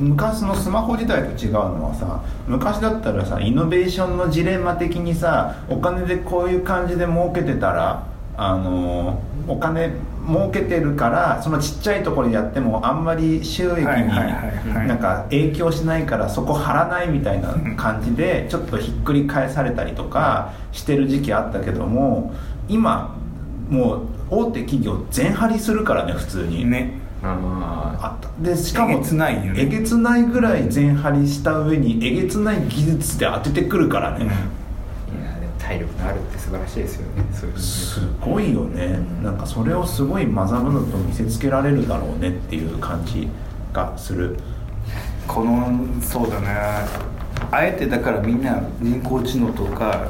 A: 昔のスマホ時代と違うのはさ昔だったらさイノベーションのジレンマ的にさお金でこういう感じで儲けてたらあのお金儲けてるからそのちっちゃいところでやってもあんまり収益に
B: はいはいはいはい
A: なんか影響しないからそこ張らないみたいな感じでちょっとひっくり返されたりとかしてる時期あったけども今もう大手企業全張りするからね普通に。
B: ね
C: うあ
A: あったでしかも
B: えげつないよね
A: えげつないぐらい全張りした上にえげつない技術で当ててくるからね、
C: ーいやでも体力のあるって素晴らしいですよねそういう の
A: す
C: ね
A: ごいよねなんかそれをすごいマザムのと見せつけられるだろうねっていう感じがする
B: このそうだねあえてだからみんな人工知能とか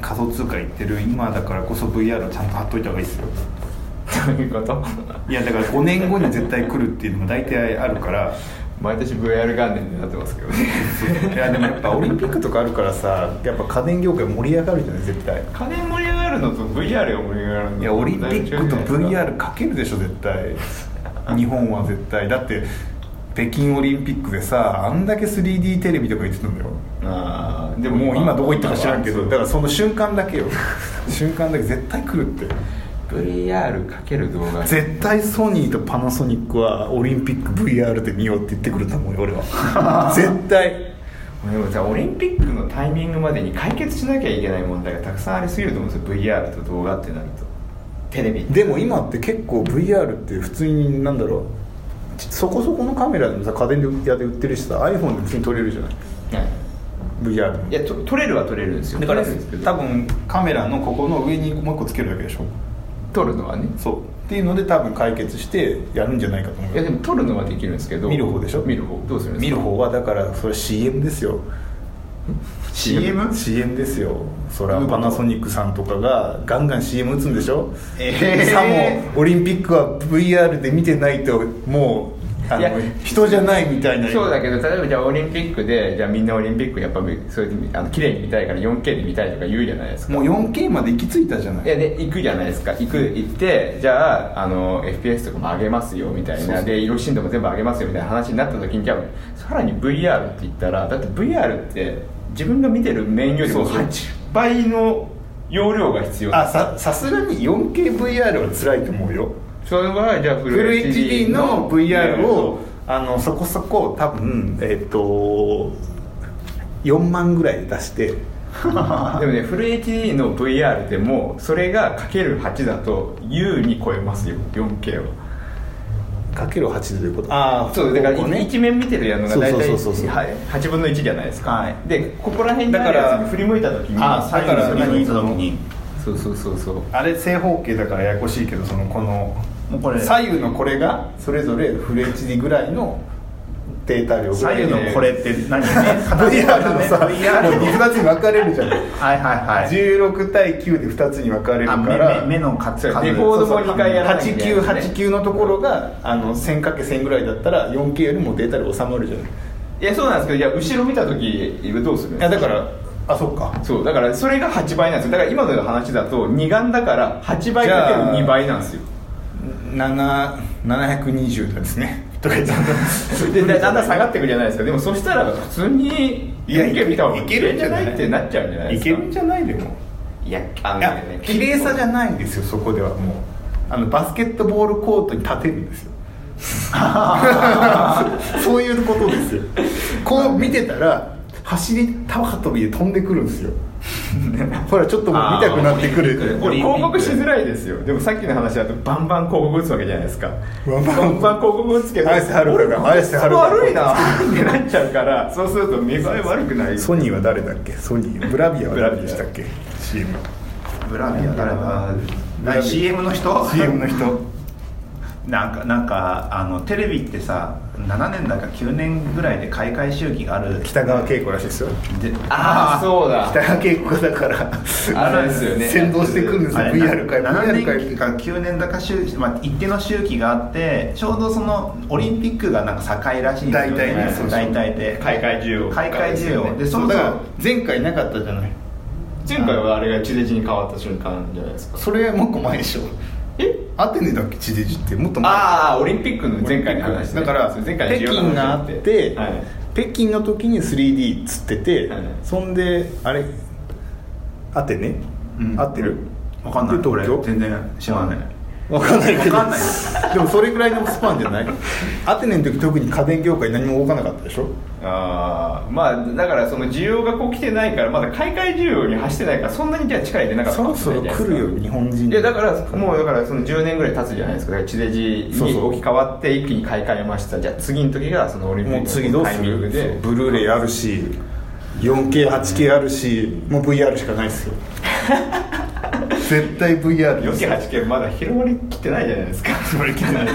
B: 仮想通貨言ってる今だからこそ VR をちゃんと貼っといた方がいいですよ
C: どういうこと
B: いやだから5年後に絶対来るっていうのも大体あるから
C: 毎年 VR 元年になってますけどね
B: いやでもやっぱオリンピックとかあるからさやっぱ家電業界盛り上がるじゃない絶対
C: 金盛り上がるのと VR が盛り上がるの
B: いやオリンピックと
C: だいぶ違うじゃないで
B: VR
C: す
B: かけるでしょ絶対日本は絶対だって北京オリンピックでさあんだけ 3D テレビとか言ってたんだよ
C: かあー
B: でももう今どこ行ったか知らんけど
C: そう
B: だからその瞬間だけよ瞬間だけ絶対来るって
C: VR かける動画
B: 絶対ソニーとパナソニックはオリンピック VR で見ようって言ってくると思うよ俺 は絶対
C: でもさオリンピックのタイミングまでに解決しなきゃいけない問題がたくさんありすぎると思うんですよ VR と動画ってなるとテレビ
B: でも今って結構 VR って普通になんだろうちそこそこのカメラでもさ家電屋で売ってるしさ iPhone で普通に撮れるじゃない VR でも
C: いやと撮れるは撮れるんですよ
B: だから
C: 撮れるんですけど
B: 多分カメラのここの上にもう一個つけるだけでしょ
C: 撮るのはね
B: そうっていうので多分解決してやるんじゃないかと思う
C: いやでも撮るのはできるんですけど
B: 見る方でしょ
C: 見る方どうするんですか
B: 見る方はだからそれ CM ですよ
A: CM?
B: CM ですよそ
A: ど
B: ら
A: ういうこ
B: パ
A: と
B: ナソニックさんとかがガンガン CM 打つんでしょ、
A: えー
B: さもオリンピックは VR で見てないともうあ
C: いや
B: の人じゃないみたいな
C: そうだけど例えばじゃあオリンピックでじゃあみんなオリンピックやっぱそうやってあの綺麗に見たいから 4K で見たいとか言うじゃないですか
B: もう 4K まで行き着いたじゃない
C: いやで行くじゃないですか行く行ってじゃああの FPS とかも上げますよみたいな
B: そうそう
C: で色振動も全部上げますよみたいな話になった時にじゃあさらに VR って言ったらだって VR って自分が見てる面よりも
B: そうそう
C: 8倍の容量が必要
B: あささすがに 4KVR は辛いと思うよ
C: それはじゃあフ
B: フル HD の VR をあのそこそこ多分えっ、と4万ぐらいで出して
C: でもねフル HD の VR でもそれがかける8だと優に超えますよ 4K は
B: かける8でどういうことああ
C: そうだから、一面見てるやのが大体
B: そうそうそうそう
C: はい8分の1じゃないですか、
A: はい
C: でここら辺にある
B: だから
C: やつに振り向いた時に
A: あ
B: だ
A: 左
B: か
A: 右
B: ら
A: 振り向いた時に
C: そうそうそうそう
B: あれ正方形だからややこしいけどそのこの
A: もうこれ
B: 左右のこれがそれぞれフル HD ぐらいのデータ量ぐら
A: 左
B: い
A: 右
B: で
A: のこれって 何
B: VR のさ、
A: VR
B: もう2つに分かれるじゃん、
A: はいはいはい
B: 16対9で2つに分かれるか
A: あ目
B: ら
A: 目目のか
C: そう
A: 数
C: レコードも二回やらなきゃいけないやつね
B: 8989のところがあの 1000×1000 ぐらいだったら 4K よりもデータ量収まるじゃない
C: いやそうなんですけどじゃあ後ろ見た時どうするん
B: い
C: で
B: や
C: す
B: だ
C: か
B: からあそっか
C: そうだからそれが8倍なんですよだから今の話だと二眼だから8倍かける2倍なんですよ
B: 7 720ですねとか言って
C: でだだんだん下がってくるじゃないですかでもそしたら普通に
B: いやいけ
C: 4K 見た方が
B: いけるんじゃない
C: いってなっちゃうんじゃない
B: い
C: ですか
B: けるんじゃないでも
C: いやあの
B: いや
C: ね
B: 綺麗さじゃ
C: い
B: ないんですよそこではもうあのバスケットボールコートに立てるんです よそういうことですよこう見てたら走り玉跳びで飛んでくるんですよほらちょっともう見たくなってくる
C: これ広告しづらいですよでもさっきの話だとバンバン広告打つわけじゃないですか
B: バ
C: バ
B: ン
C: ン
B: バ
C: バ
B: ン
C: ン広告打つけど
B: 綾瀬はるかが綾瀬はるかが
C: 悪いなってなっちゃうからそうすると見栄え悪くない
B: ソニーは誰だっけソニーブラビアは誰でしたっけ CM
A: ブラビア誰だ
B: ブラビア
A: 何 CM の人
B: CM の人
A: なんかなんかあのテレビってさ7年だか9年ぐらいで買い替え周期がある
B: 北川景子らしいですよ
A: で
C: ああそうだ
B: 北川景子がだから
C: あれですよね
B: 先導してくるんですよ
A: あれ
B: VR 界 VR 界
A: 7年か9年だか周期、まあ、一定の周期があってちょうどそのオリンピックがなんか境らしいんですよ
B: 大体ねそうそう
A: 大体で
C: 開会需要
A: 開会需要で
B: そ
A: そうも
B: だ
A: そ
B: から
A: も
B: 前回なかったじゃない
C: 前回はあれが地デジに変わった瞬間じゃないですか
B: それもっと前でしょ
C: え
B: アテネだっけ地デジってもっと前
C: ああオリンピックの前回の話、ね、
B: だから
C: そう
B: 北
C: 前回の需要
B: 京
C: の話
B: があって、
C: はい
B: 北京の時に 3D っつってて、
C: はい
B: そんであれアテネ、
A: うん
B: 合ってる、
A: わかんない
B: で東京
A: 俺全然知らない
B: わかんないけど
A: わかんない
B: でもそれぐらいのスパンじゃないアテネの時特に家電業界何も動かなかったでしょ
C: ああまあだからその需要がこう来てないからまだ開会需要に走ってないからそんなにじゃあ力入れなかった
B: そ
C: かも
B: ろ
C: し
B: そ
C: れな
B: ろ来
C: いじゃないですか
B: るよ日本人
C: いやだからもうだからその10年ぐらい経つじゃないですかだから地デジ
B: そう
C: に
B: そう
C: 置き換わって一気に買い替えましたじゃあ次の時がそのオリンピ
B: も
C: ッ
B: う
C: ク
B: 次ど
C: の
B: う
C: タイ
B: す
C: ミン
B: る
C: グで
B: ブルーレイあるし 4K8K あるしもう VR しかない ですよ絶対 VR です
C: 4K8K まだ広まりきてないじゃないですか 広まりきてない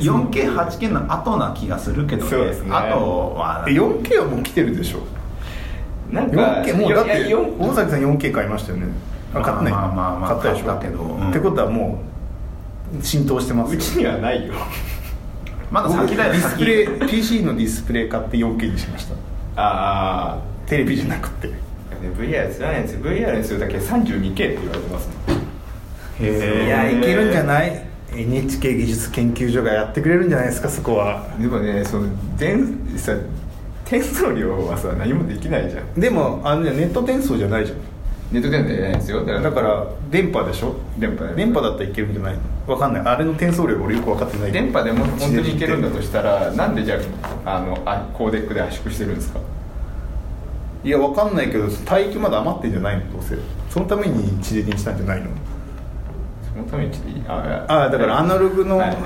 A: 4K8K の後な気がするけどね
C: そうですね
A: あとは
B: え 4K はもう来てるでしょ
C: なんか
B: 4K もうだっ
C: いや
B: て
C: いや4
B: 大崎さん 4K 買いましたよねあ買ってない
A: まあまあまあ
B: 買ったでしょ
A: 買ったけどうん
B: ってことはもう浸透してます
C: う
B: よ
C: ちにはないよ
A: まだ先だよ
B: 僕ディスプレ
A: 先
B: イ PC のディスプレイ買って 4K にしました
C: あ
B: テレビじゃなくて
C: あ VR じゃないんですよ VR にするだけ 32K って言われてますもん
A: へー
B: いやいけるんじゃない NHK 技術研究所がやってくれるんじゃないですかそこは
C: でもねその電さ転送量はさ何もできないじゃん
B: でもあのねネット転送じゃないじゃ
C: ネット電話じゃないですよだ
B: んだから電波でしょ
C: 電波
B: 電波だったらいけるんじゃないのわかんないあれの転送量俺よく分かってない
C: 電波でも本当にいけるんだと
B: し
C: したらなんでじゃああのあコーデックで圧縮してるんですか
B: いやわかんないけど帯域まだ余ってんじゃないのどうせそのために地デジにしたんじゃないの
C: そのためにちょっといいあ
B: ああだからアナログの
C: はい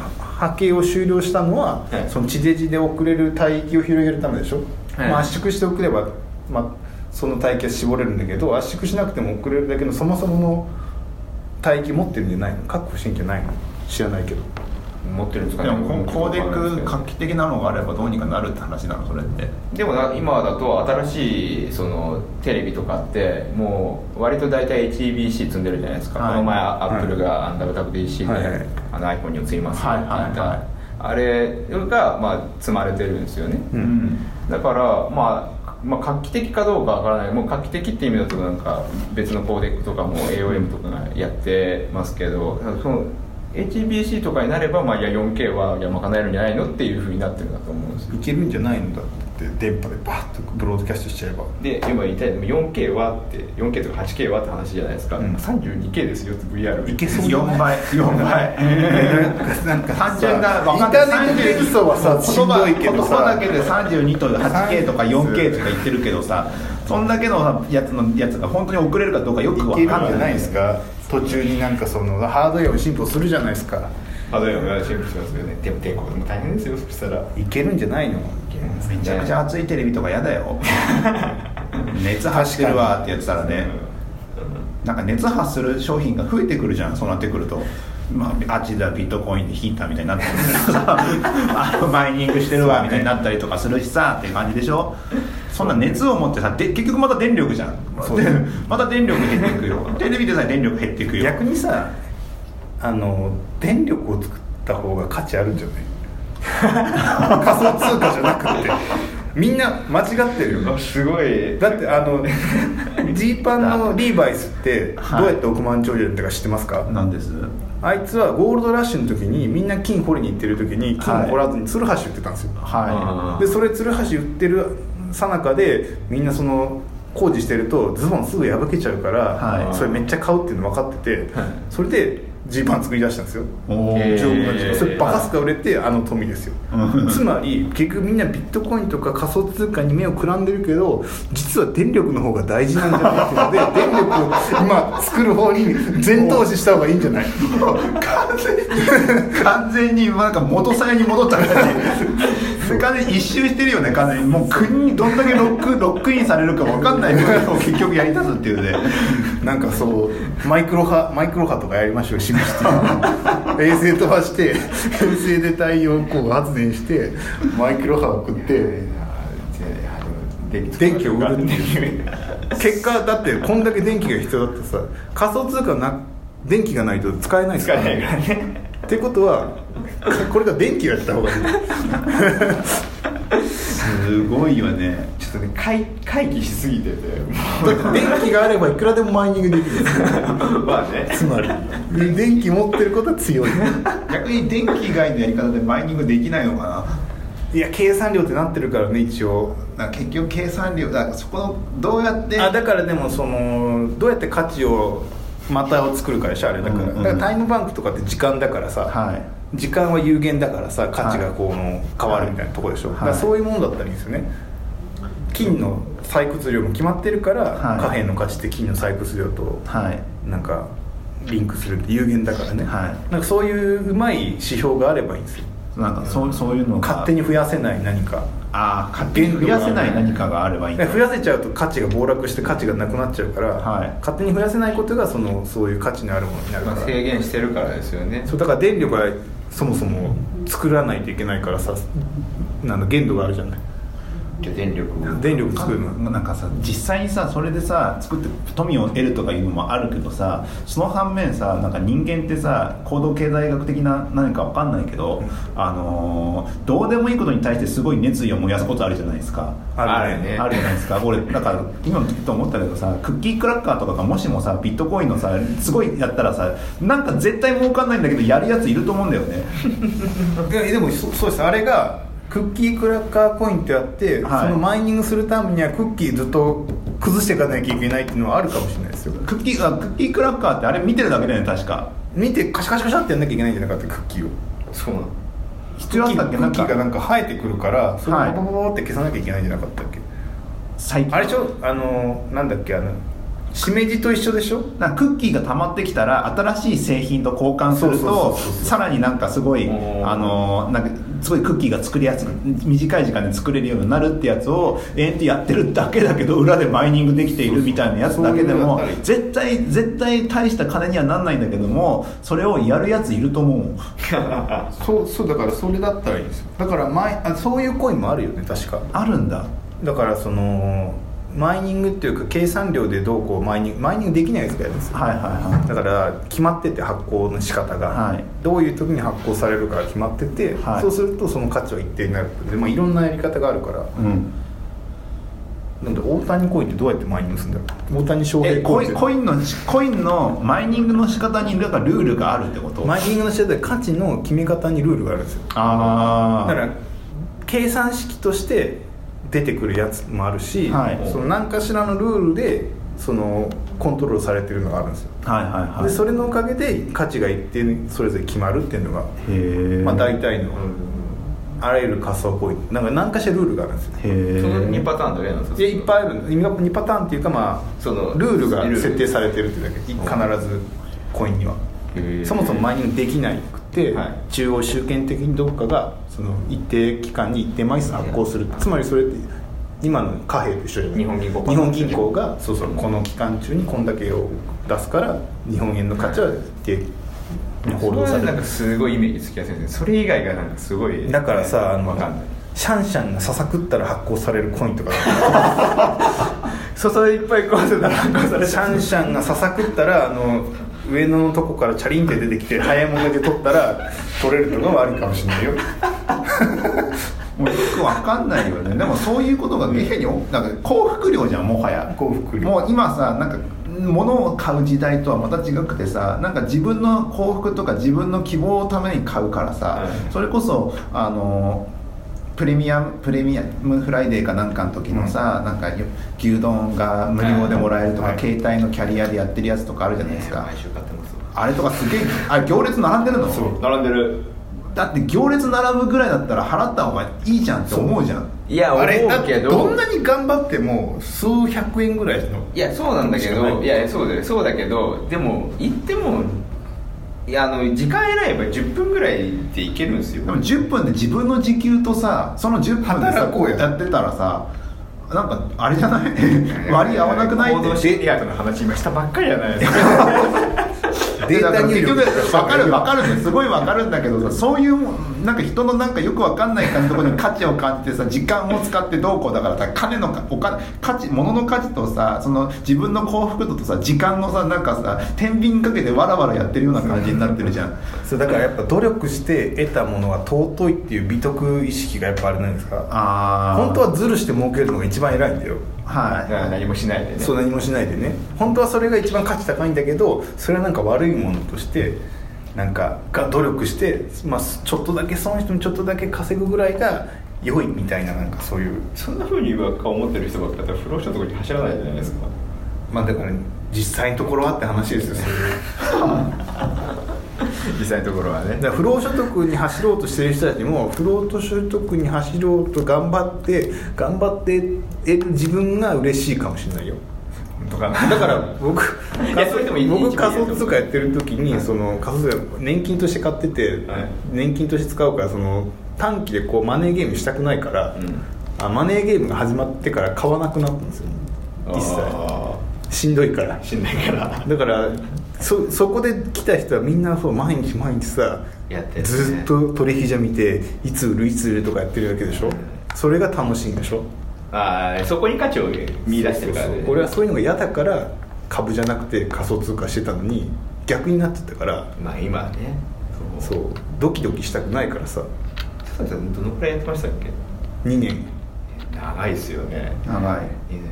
B: 波形を終了したのは、
C: はい
B: その地デジで送れる帯域を広げるためでしょ、
C: はい
B: まあ、圧縮して送れば、まあ、その帯域は絞れるんだけど圧縮しなくても送れるだけのそもそもの帯域持ってるんじゃないの確保してんじゃないの知らないけど
C: 持ってるんですか
A: で
C: ね
A: もココーデック画
C: 関係
A: 期的なのがあればどうにかなるって話なのそれって
C: でもな今だと新しいそのテレビとかってもう割と大体 HEBC 積んでるじゃないですか、
A: はい
C: この前
B: い
C: アップルが WWDC で、
B: はいはい
C: あの iPhone に移りますって言った、
A: はいはいは
C: あれがまあ積まれてるんですよね、
B: うん
C: だから、まあ、まあ画期的かどうかわからないもう画期的って意味だとなんか別のコーデックとかも AOM とかがやってますけどその HBC とかになれば、まあ、いや 4K はいや賄えるんじゃないのっていうふうになってるんだと思うんですよ
B: いけるんじゃないのだって電波でバーッとブロードキャストしちゃえば
C: で今言いたいのも 4K はって 4K とか 8K はって話じゃないですか、
B: うん
C: 32K ですよって VR
B: いけそうじゃない
A: 4倍4倍
B: なんか
A: 単純な
B: イ
A: わか
B: ン
A: ん
B: タ
A: ない
B: ーネットで嘘はさし
A: 言
B: んど
A: 葉
B: いけ
A: 言
B: ど
A: 葉
B: さ
A: だけで32と 8K とか 4K とか言ってるけどさそんだけのやつのやつが本当に送れるかどうかよく
B: い
A: わ
B: けるんじ
A: か
B: ゃ
A: ん
B: な
A: ないい
B: ですか途中になんかそのハードウェアを進歩するじゃないですか
C: ハードウェアが進歩しますよねでも抵抗も大変ですよそしたら
B: いけるんじゃないの
A: めちゃくちゃ熱いテレビとかやだよ 熱発してるわってやってたらねなんか熱発する商品が増えてくるじゃんそうなってくると。まあ、アチだビットコインで引いたみたいになってくるさ あのマイニングしてるわみたいになったりとかするしさっていう感じでしょそんな熱を持ってさで結局また電力じゃん
B: そうだ
A: また電力減っていくよテレビでさえ電力減っていくよ
B: 逆にさあの電力を作った方が価値あるんじゃない 仮想通貨じゃなくてみんな間違ってるよ
C: あすごい
B: だってあ のジーパンのリーバイスってどうやって億万長者だったか知ってますか、
A: なんです
B: あいつはゴールドラッシュの時にみんな金掘りに行ってる時に金掘らずにツルハシ売ってたんですよ、
A: は
B: でそれツルハシ売ってるさなかでみんなその工事してるとズボンすぐ破けちゃうから、
A: はい
B: それめっちゃ買うっていうの分かってて、それでジーパン作り出したんですよ
A: いおー
C: へー
B: 中国の人がそれバカすか売れてあの富ですよ
A: うん
B: つまり結局みんなビットコインとか仮想通貨に目をくらんでるけど実は電力の方が大事なんじゃないっ ていうので電力を今作る方に全投資した方がいいんじゃない
A: 完全に完全になんか元さやに戻ったみたいに完全に一周してるよね完全にもう国にどんだけロックロックインされるか分かんないことを結局やりだすっていうね
B: なんかそうマイクロ波マイクロ波とかやりましょう示して衛星飛ばして衛星で太陽光発電してマイクロ波送って電気を売るっていう結果だってこんだけ電気が必要だってさ仮想通貨な電気がないと使えないです
C: 使
B: か
C: え
B: ら
C: ない
B: ね
C: からね
B: ってことはこれが電気をやった方がいい
A: す ごいよね
C: ちょっとね回回帰しすぎてて
B: だって電気があればいくらでもマイニングできるんですよ
C: まあね
B: つまりで電気持ってることは強い
A: 逆に電気以外のやり方でマイニングできないのかない
B: や計算量ってなってるからね一応
A: なんか結局計算量だからそこのどうやって
B: あだからでもそのどうやって価値をまたを作るかでしょあれだから、
A: うんうん
B: だからタイムバンクとかって時間だからさ、
A: はい
B: 時間は有限だからさ価値がこうの変わるみたいなとこでしょ、
A: はい
B: だからそういうものだったらいいんですよね金の採掘量も決まってるから、
A: はい
B: 貨幣の価値って金の採掘量と
A: はい
B: なんかリンクするって有限だからね、
A: はい
B: なんかそういううまい指標があればいいんですよ
A: なんかそうそういうのが
B: 勝手に増やせない何か
A: ああ勝手に増やせない何かがあればいいんだ
B: で増やせちゃうと価値が暴落して価値がなくなっちゃうから、
A: はい
B: 勝手に増やせないことがそのそういう価値のあるものになるか
C: まあ
B: ら、
C: 制限してるからですよね
B: そうだから電力はそもそも作らないといけないからさなんだ限度があるじゃない
C: 電力を
B: 電力作るの
A: なんかさ実際にさそれでさ作って富を得るとかいうのもあるけどさその反面さなんか人間ってさ行動経済学的な何かわかんないけど、あのーどうでもいいことに対してすごい熱意を燃やすことあるじゃないですか。
B: あ
C: あ
B: る
C: る
B: ね
C: ね
A: あるじゃないですか俺なんか今聞くと思ったけどさクッキークラッカーとかがもしもさビットコインのさすごいやったらさなんか絶対儲かんないんだけどやるやついると思うんだよね
B: いやでもそそうですあれがクッキークラッカーコインってあって、
A: はい
B: そのマイニングするためにはクッキーずっと崩していかなきゃいけないっていうのはあるかもしれないですよ
A: クッキーあクッキークラッカーってあれ見てるだけだよね確か
B: 見てカシャカシャカシャってやんなきゃいけないんじゃなかったクッキーを
C: そうなの
A: 必要だったっけ
B: ク
A: なん
B: ッキ
A: か
B: ーがなんか生えてくるからそれを
A: はい
B: ボボボボって消さなきゃいけないんじゃなかったっけ、
A: 最近
B: あれでしょあのなんだっけあのしめじと一緒でしょ
A: なんかクッキーが溜まってきたら新しい製品と交換する
B: そうそう
A: と
B: そうそう
A: さらになんかすごい
C: おー
A: あのーなんかすごいクッキーが作りやすく短い時間で作れるようになるってやつを延々とやってるだけだけど裏でマイニングできているみたいなやつだけでも
B: そういうのだったり
A: 絶対絶対大した金にはなんないんだけどもそれをやるやついると思うもん
B: そうそうだからそれだったらいいんですよだから前あそういうコインもあるよね確か
A: あるんだ
B: だからそのマイニングっていうか計算量でどうこうマイニングマイニングできないやつがやるんですよ
A: はいはいはい
B: だから決まってて発行の仕方が、
A: はい
B: どういう時に発行されるかが決まってて、
A: はい
B: そうするとその価値は一定になるで、まあ、いろんなやり方があるから
A: うん
B: なんで大谷コインってどうやってマイニングするんだろう大谷翔
A: え
B: 平
A: コ
B: コイ
A: イ
B: ン
A: ン
B: って
A: コインのしコインのマイニングの仕方になんかルールがあるってこと
B: マイニングの仕方で価値の決め方にルールがあるんですよ
A: あ
B: だ
A: あ
B: から計算式として出てくるやつもあるし、
A: はい
B: その何かしらのルールでそのコントロールされてるのがあるんですよ
A: はいはいは
B: で
A: い
B: それのおかげで価値が一定にそれぞれ決まるっていうのが、
A: へえ
B: まあ、大体の
C: うん
B: あらゆる仮想行為なんか何かしらルールがあるんですよ
A: へ
C: その
A: え
C: 2パターンだけなんですか
B: いやいっぱいある2パターンっていうかまあ
C: その
B: ルールが
C: ルール
B: 設定されてるってだけ必ずコインには
C: へえ
B: そもそもマイニングできないくて、
C: はい
B: 中央集権的にどっかがその一定期間に一定枚数発行するつまりそれって今の貨幣と一緒じゃない
C: 日本銀行
B: 日本銀行がそうそうこの期間中にこんだけを出すから日本円の価値は一定に報
C: それ
B: 道さ
C: は
B: れ
C: なん
B: る
C: かすごいイメージつきやすいですねそれ以外がなんかすごい
B: だからさあの
C: わかんない
B: シャンシャンがささくったら発行されるコインとか
C: 注いいっぱい壊せたら壊され
B: シャンシャンがささくったらあの上野のとこからチャリンって出てきて早いもんだけ取ったら取れるのが悪いかもしれないよ
A: もうよくわかんないよねでもそういうことが下になんか幸福量じゃんもはや
B: 幸福量
A: もう今さなんか物を買う時代とはまた違くてさなんか自分の幸福とか自分の希望のために買うからさ、
C: はい
A: それこそあのプレミアムプレミアムフライデーかなんかの時のさ、なんかよ牛丼が無料でもらえるとか、
B: はい
A: 携帯のキャリアでやってるやつとかあるじゃないですか、
C: 毎週買ってます
A: あれとかすげえあ行列並んでるの
C: 並んでる
A: だって行列並ぶぐらいだったら払った方がいいじゃんって思うじゃん
C: いや
B: あれだ
C: 思
B: っ
C: う
B: て
C: けど
B: どんなに頑張っても数百円ぐらいの
C: いやそうなんだけ
B: しかな
C: ど
B: い
C: いやそうだよそうだけどでも行ってもいやあの時間選べば10分ぐらいで行けるんですよ
A: でも10分で自分の時給とさその10分でさ
B: 働こうよ
A: やってたらさなんかあれじゃない 割り合わなくない
C: 行動
A: っ
C: 心
A: て
C: 理学の話今したばっかりじゃない ですか
B: データ入
A: 結
B: 力
A: 局分かる分かるねすごい分かるんだけどさそういうもんなんか人のなんかよく分かんない感じのところに価値を感じてさ時間を使ってどうこうだからさ金のかお金価値物の価値とさその自分の幸福度とさ時間のさなんかさ天秤にかけてわらわらやってるような感じになってるじゃん
B: そうだからやっぱ努力して得たものは尊いっていう美徳意識がやっぱあれなんですか
A: ああ
B: 本当はズルして儲けるのが一番偉いんだよ
A: は
C: だ
A: い
C: から何もしないでね
B: そう何もしないでね本当はそれが一番価値高いんだけどそれはなんか悪いものとしてなんかが努力して、まあ、ちょっとだけ損してもちょっとだけ稼ぐぐらいが良いみたいななんかそういう
C: そんなふうに思ってる人ばっかりだったら不老者のとこに走らないじゃないですか
B: まあだから実際のところはって話ですよそれ
C: 実際のところはね
B: だから不労所得に走ろうとしてる人たちも不労と所得に走ろうと頑張って頑張って得る自分が嬉しいかもしれないよ
C: 本当かな
B: だから僕
C: いやそれでもいい
B: 僕
C: 一番いい
B: 仮
C: と思う
B: 想通貨やってる時にその仮想通貨年金として買ってて、
C: はい
B: 年金として使うからその短期でこうマネーゲームしたくないから、
C: うん
B: あマネーゲームが始まってから買わなくなったんですよ一切
C: あ
B: しんどいから
C: ーしんないから
B: だからそそこで来た人はみんなそう毎日毎日さ
C: やってるね
B: ずっと取引所見ていつ売るいつ売るとかやってるわけでしょそれが楽しいんでしょ
C: あーそこに価値を見出してるからね
B: 俺はそういうのが嫌だから株じゃなくて仮想通貨してたのに逆になっちゃったから
C: まあ今はね
B: そううドキドキしたくないからさ
C: 佐藤さんどのくらいやってましたっけ
B: 2年
C: 長いですよね
A: 長い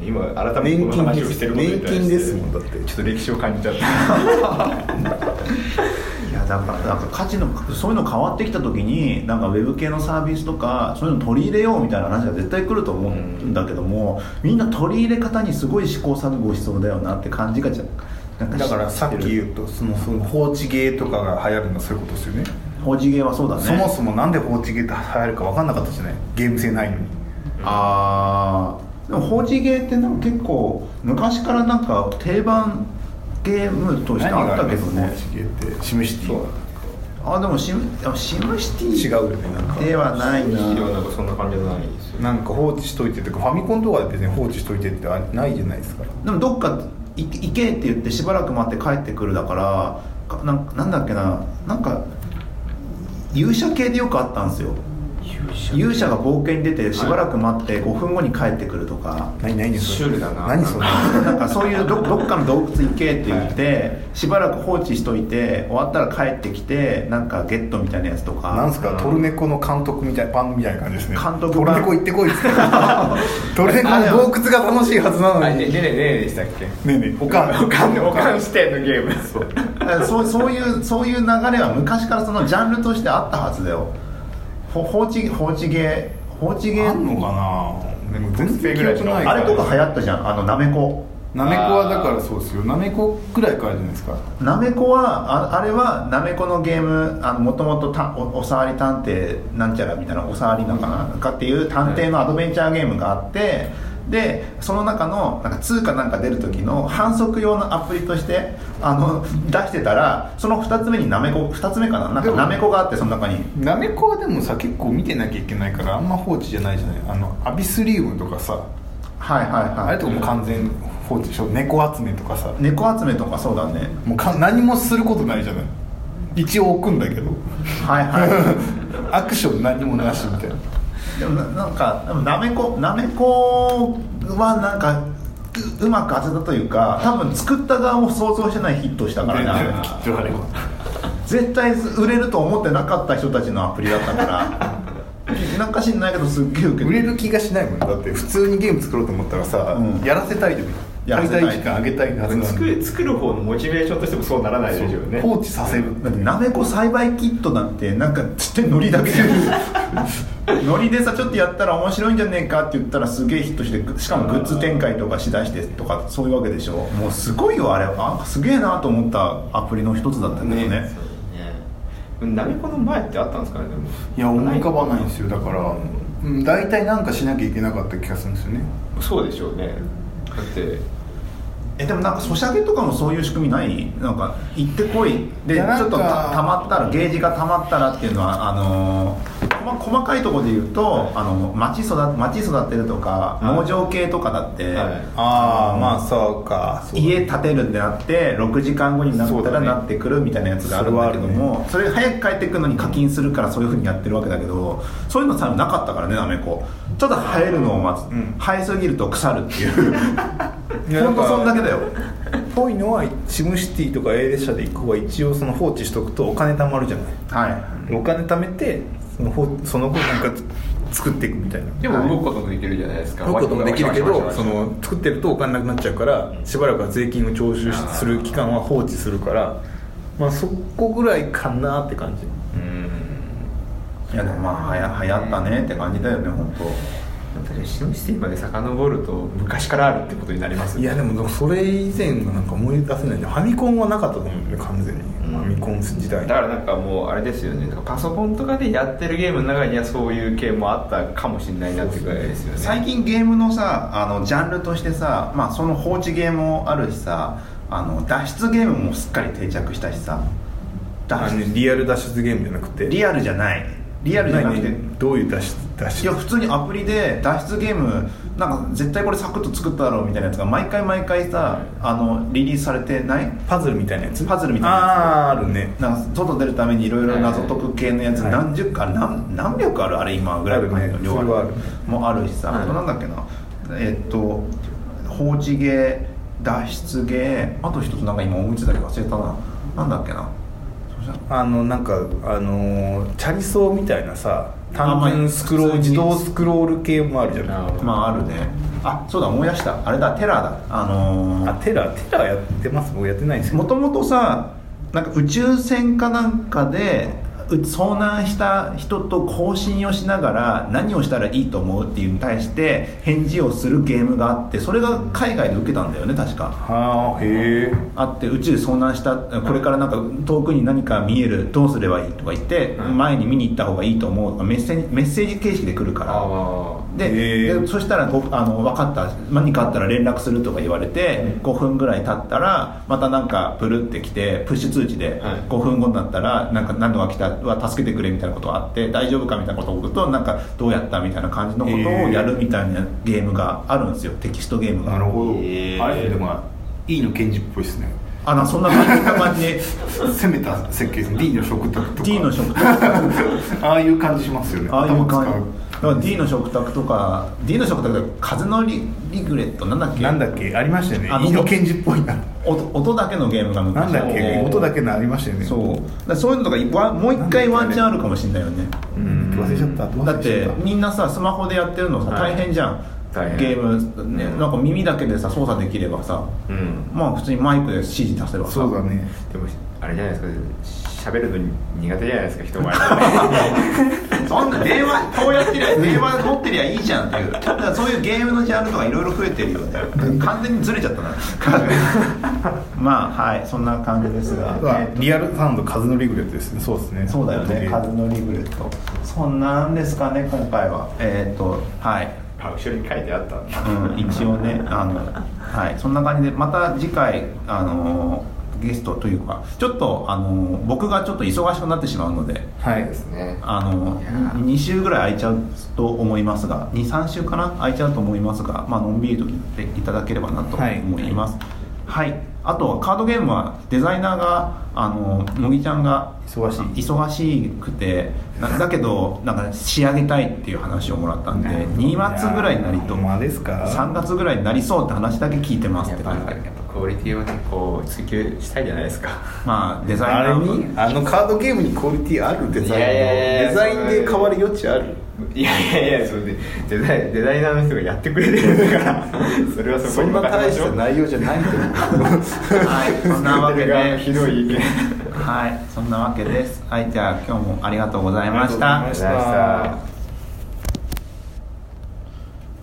C: 今改めてこ
B: 年金
C: の話
B: で
C: をして
B: す
C: ることに
B: 年
C: 対して
B: 金ですもんだって
C: ちょっと歴史を感じちゃった
A: いやだからなんか価値のそういうの変わってきた時になんかウェブ系のサービスとかそういうの取り入れようみたいな話が絶対来ると思うんだけども、みんな取り入れ方にすごい試行錯誤しそうだよなって感じがじゃなん
B: だからさっき言うとそのその放置ゲーとかが流行るのはそういうことですよね
A: 法事芸はそうだね
B: そもそもなんで放置ゲーって流行るか分かんなかったじゃないゲーム性ないのに
A: ああでも法事芸ってなんか結構昔からなんか定番ゲームとしてあったけどね
B: ゲーってシムシティ
A: あでもシムあシムシティ
B: 違うよねなんか
A: ではないな
C: 資料なんかそんな感じじゃないですよ
B: なんか放置しといてとかファミコンとかで別に放置しといてってあないじゃないですか
A: でもどっかい行けって言ってしばらく待って帰ってくるだからかなんなんだっけななんか勇者系でよくあったんですよ勇者が冒険に出てしばらく待って5分後に帰ってくるとか
B: 何何
C: シ
B: そ
C: ュー
B: れ
C: ルだな
B: 何それ
A: なんかそういうどどっかの洞窟行けって言ってしばらく放置しといて終わったら帰ってきてなんかゲットみたいなやつとか
B: なんすかトルネコの監督みたいパンみたいな感じですね
A: 監督版
B: トルネコ行ってこいっつって トルネコの洞窟が楽しいはずなの
C: あね
B: にね
C: ねねねねでしたっけ
B: えねえ
C: お
B: お
C: か
B: か
C: んお
B: ん
C: かんおかん視点のゲームそう
A: だからそうそういうそういう流れは昔からそのジャンルとしてあったはずだよほ放置放置ゲー放置ゲ
B: あん
A: ー
B: のかなでも全然記憶ない
A: あれとか流行ったじゃんあのなめこ
B: なめこはだからそうですよなめこぐらいからじゃないですか
A: なめこはああれはなめこのゲームあのもともとたおおさわり探偵なんちゃらみたいなおさわりなんかな、かっていう探偵のアドベンチャーゲームがあってでその中のなんか通貨なんか出る時の反則用のアプリとしてあの出してたらその2つ目になめこ2つ目かななん
B: で
A: か
B: も
A: なめこがあってその中に
B: なめこはでもさ結構見てなきゃいけないからあんま放置じゃないじゃないあのアビスリウムとかさ
A: はいはい
B: あ
A: は
B: れ
A: い
B: とかもう完全放置でしょ猫集めとかさ
A: 猫集めとかそうだね
B: もうか何もすることないじゃない一応置くんだけど
A: はいは
B: アクション何もなしみたいない
A: でもななんかでもなめこなめこはなんかううまく当てたというか多分作った側も想像してないヒットしたからねあれ
B: きっとあれは
A: 絶対売れると思ってなかった人たちのアプリだったからなんか知んないけどすっげえウケ
B: 売
A: て
B: れる気がしないもんだって普通にゲーム作ろうと思ったらさ、
A: うん
B: やらせたいでも
A: やら
B: 滞
A: せたい
B: 在期間上げたいはずなの
C: 作る作る方のモチベーションとしてもそうならないでしょうね
B: 放置させる
A: だってなめこ栽培キットなんてなんかちってノリ だけでノリでさちょっとやったら面白いんじゃねえかって言ったらすげえヒットしてしかもグッズ展開とかしだしてとかそういうわけでしょもうすごいよあれあすげえなと思ったアプリの一つだったけどね
C: ねそうねなめこの前ってあったんですかねでも
B: いや思い浮かばないんですよだから、うん、大体なんかしなきゃいけなかった気がするんですよね
C: そうでしょうねだって
A: えでもなんかソシャゲとかもそういう仕組みないなんか行ってこいでち
B: いやなんか
A: ょっとたたまったらゲージがたまったらっていうのはあのーま、細かいところで言うとあの町育町育てるとか
C: はい
A: 農場系とかだって、
C: はい
B: ああまあそうか
A: 家建てるってなって6時間後になっ
B: そう
A: た
B: だ
A: ら
B: ね
A: なってくるみたいなやつがあるんだけどもそれ,、早く帰ってくるのに課金するからそういうふうにやってるわけだけどそういうのさなかったからねなめこちょっと生えるのを待つ、
B: うん
A: 生えすぎると腐るっていう
B: いや
A: 本当そんだけだよ
B: ぽいのはシムシティとか A 列車で行く方は一応その放置しとくとお金貯まるじゃない
A: はい
B: お金貯めてその方その後なんか作っていくみたいな
C: でも動くこともできるじゃないですか
B: そういうこともできるけど
C: わしわしわしわし
B: その作ってるとお金なくなっちゃうからしばらくは税金を徴収する期間は放置するからまあそこぐらいかなって感じ
C: うん
A: いやでもまあはや流行ったねって感じだよね本
C: だってねシノシティまで遡ると昔からあるってことになります
B: いやでもそれ以前がなんか思い出せないんでファミコンはなかったと思うんだよね完全に、
C: ん
B: ファミコン時代
C: だからなんかもうあれですよねなんかパソコンとかでやってるゲームの中にはそういう系もあったかもしれないなってぐらいですよ
A: 当
C: ね
A: 最近ゲームのさあのジャンルとしてさまあその放置ゲームもあるしさあの脱出ゲームもすっかり定着したしさ
B: あ
A: 脱
B: の
A: 出
B: リアル脱出ゲームじゃなくて
A: リアルじゃないリアルじゃなくて
B: 何どういう脱出脱
A: いや
B: 出
A: 普通にアプリで脱出ゲームなんか絶対これサクッと作っただろうみたいなやつが毎回毎回さあのリリースされてない
B: パズルみたいなやつ
A: パズルみたいなやつ
B: ああーあるね
A: なんか外出るためにいろいろ謎解く系のやつ
B: はい
A: 何十か、あれ何何百あるあれ今ぐらいの
B: あるね
A: 量
B: それはある
A: もあるしさ、
C: はい
A: あとなんだっけなえっと放置芸脱出芸あと一つなんか今思いついたけど忘れたななんだっけなそしたら
B: あのなんかあのーチャリソーみたいなさ単
A: あまあ
B: 純スクロール
A: 普通
B: 自
A: に
B: 動スクロール系もあるじゃ
C: なる
B: な
C: ほ
B: い
C: ど
A: まああるねあそうだ思い出したあれだテラーだあの
B: あ
A: ー
B: テラテラやってます僕やってないんですけ
A: も
B: ど
A: ともとさなんか宇宙船かなんかでう遭難した人と交信をしながら何をしたらいいと思うっていうのに対して返事をするゲームがあってそれが海外で受けたんだよね確か
B: はあへえ
A: あって宇宙遭難したこれからなんか遠くに何か見えるどうすればいいとか言って
C: うん
A: 前に見に行った方がいいと思うとかメッセージメッセージ形式で来るから
C: あ
B: へ
A: で
B: ー
A: でそしたらごあの分かった何かあったら連絡するとか言われて5分ぐらい経ったらまたなんかブルってきてプッシュ通知で
C: はい
A: 5分後になったらなんか何度が来たは助けてくれみたいなことがあって大丈夫かみたいなことを送るとなんかどうやったみたいな感じのことを
B: へー
A: やるみたいなゲームがあるんですよテキストゲームが
B: なるほど
C: へ え
B: あれでもいいの検事っぽいですね
C: あ
A: あなそんな感じな感じ で
B: 攻めた設計で す D の食卓とか
A: D の食卓
B: ああいう感じしますよね
A: ああいう感じ
B: 頭
A: だから D の食卓とか D の食卓とか風のリリグレットなんだっ
B: 使う
A: け
B: なんだっけありましたよね
A: あの
B: 井野賢治っぽいな
A: 音音だけのゲームが
B: な
A: 昔
B: んだっけ
A: あって
B: 音だけのありましたよね
A: そうだからそういうのとかいわもう一回ワンチャンあるかもしれないよね
B: うん忘れちゃった
A: だって
B: 忘れちゃ
A: みんなさスマホでやってるのさ
C: は
A: 大
C: い
A: 変じゃん、
C: 大変
A: ゲーム、ね、なんか耳だけでさ操作できればさ
C: うん
A: まあ普通にマイクで指示出せば
B: た
A: さ
B: そうだね
C: でもあれじゃないですか喋るの苦手じゃないですか人 前で
A: そんな電話こうやってりゃ電話持ってりゃいいじゃんっていうだからそういうゲームのジャンルとかいろいろ増えてるよね完全にずれちゃったなまあはいそんな感じですが、
B: あリアルサウンド風のリグレットですねそうですね
A: そうだよね
B: 音
A: 風のリグレットそんなんですかね今回はえっ、とはい
C: あ後ろに書いてあったんだ
A: うん、一応ねあの、はい、そんな感じでまた次回あのゲストというかちょっとあの僕がちょっと忙しくなってしまうので
B: はい
C: ですね
A: あの
C: いやー
A: 2週ぐらい空いちゃうと思いますが23週かな空いちゃうと思いますが、まあのんびりと聞いていただければなと
B: はい
A: 思います、はいあとはカードゲームはデザイナーがあの乃木ちゃんが
B: 忙しい
A: 忙しくてなだけどなんか仕上げたいっていう話をもらったんで2月ぐらいになりと
B: ほんまですか
A: 3月ぐらいになりそうって話だけ聞いてます
C: や
A: っ
C: ってぱ
A: 感
C: やっ
A: じで
C: ぱクオリティをねこう追求したいじゃないですか
A: まあデザイ
B: あ
A: ナ
B: れ
A: ー
B: にあのカードゲームにクオリティあるデザインの
C: いやいやいや
B: デザインで変わる余地ある
C: いやいやいやそれでデザイデザイナーの人がやってくれてるんだからそれはそ
B: そ
C: こに
B: んな大した
C: い
B: 内容じゃないと思う
A: はいそんなわけで
C: ひどい意見
A: はいそんなわけですはいじゃあ今日もありがとうございまし
B: ありがとうございま
A: た
B: した
C: さあ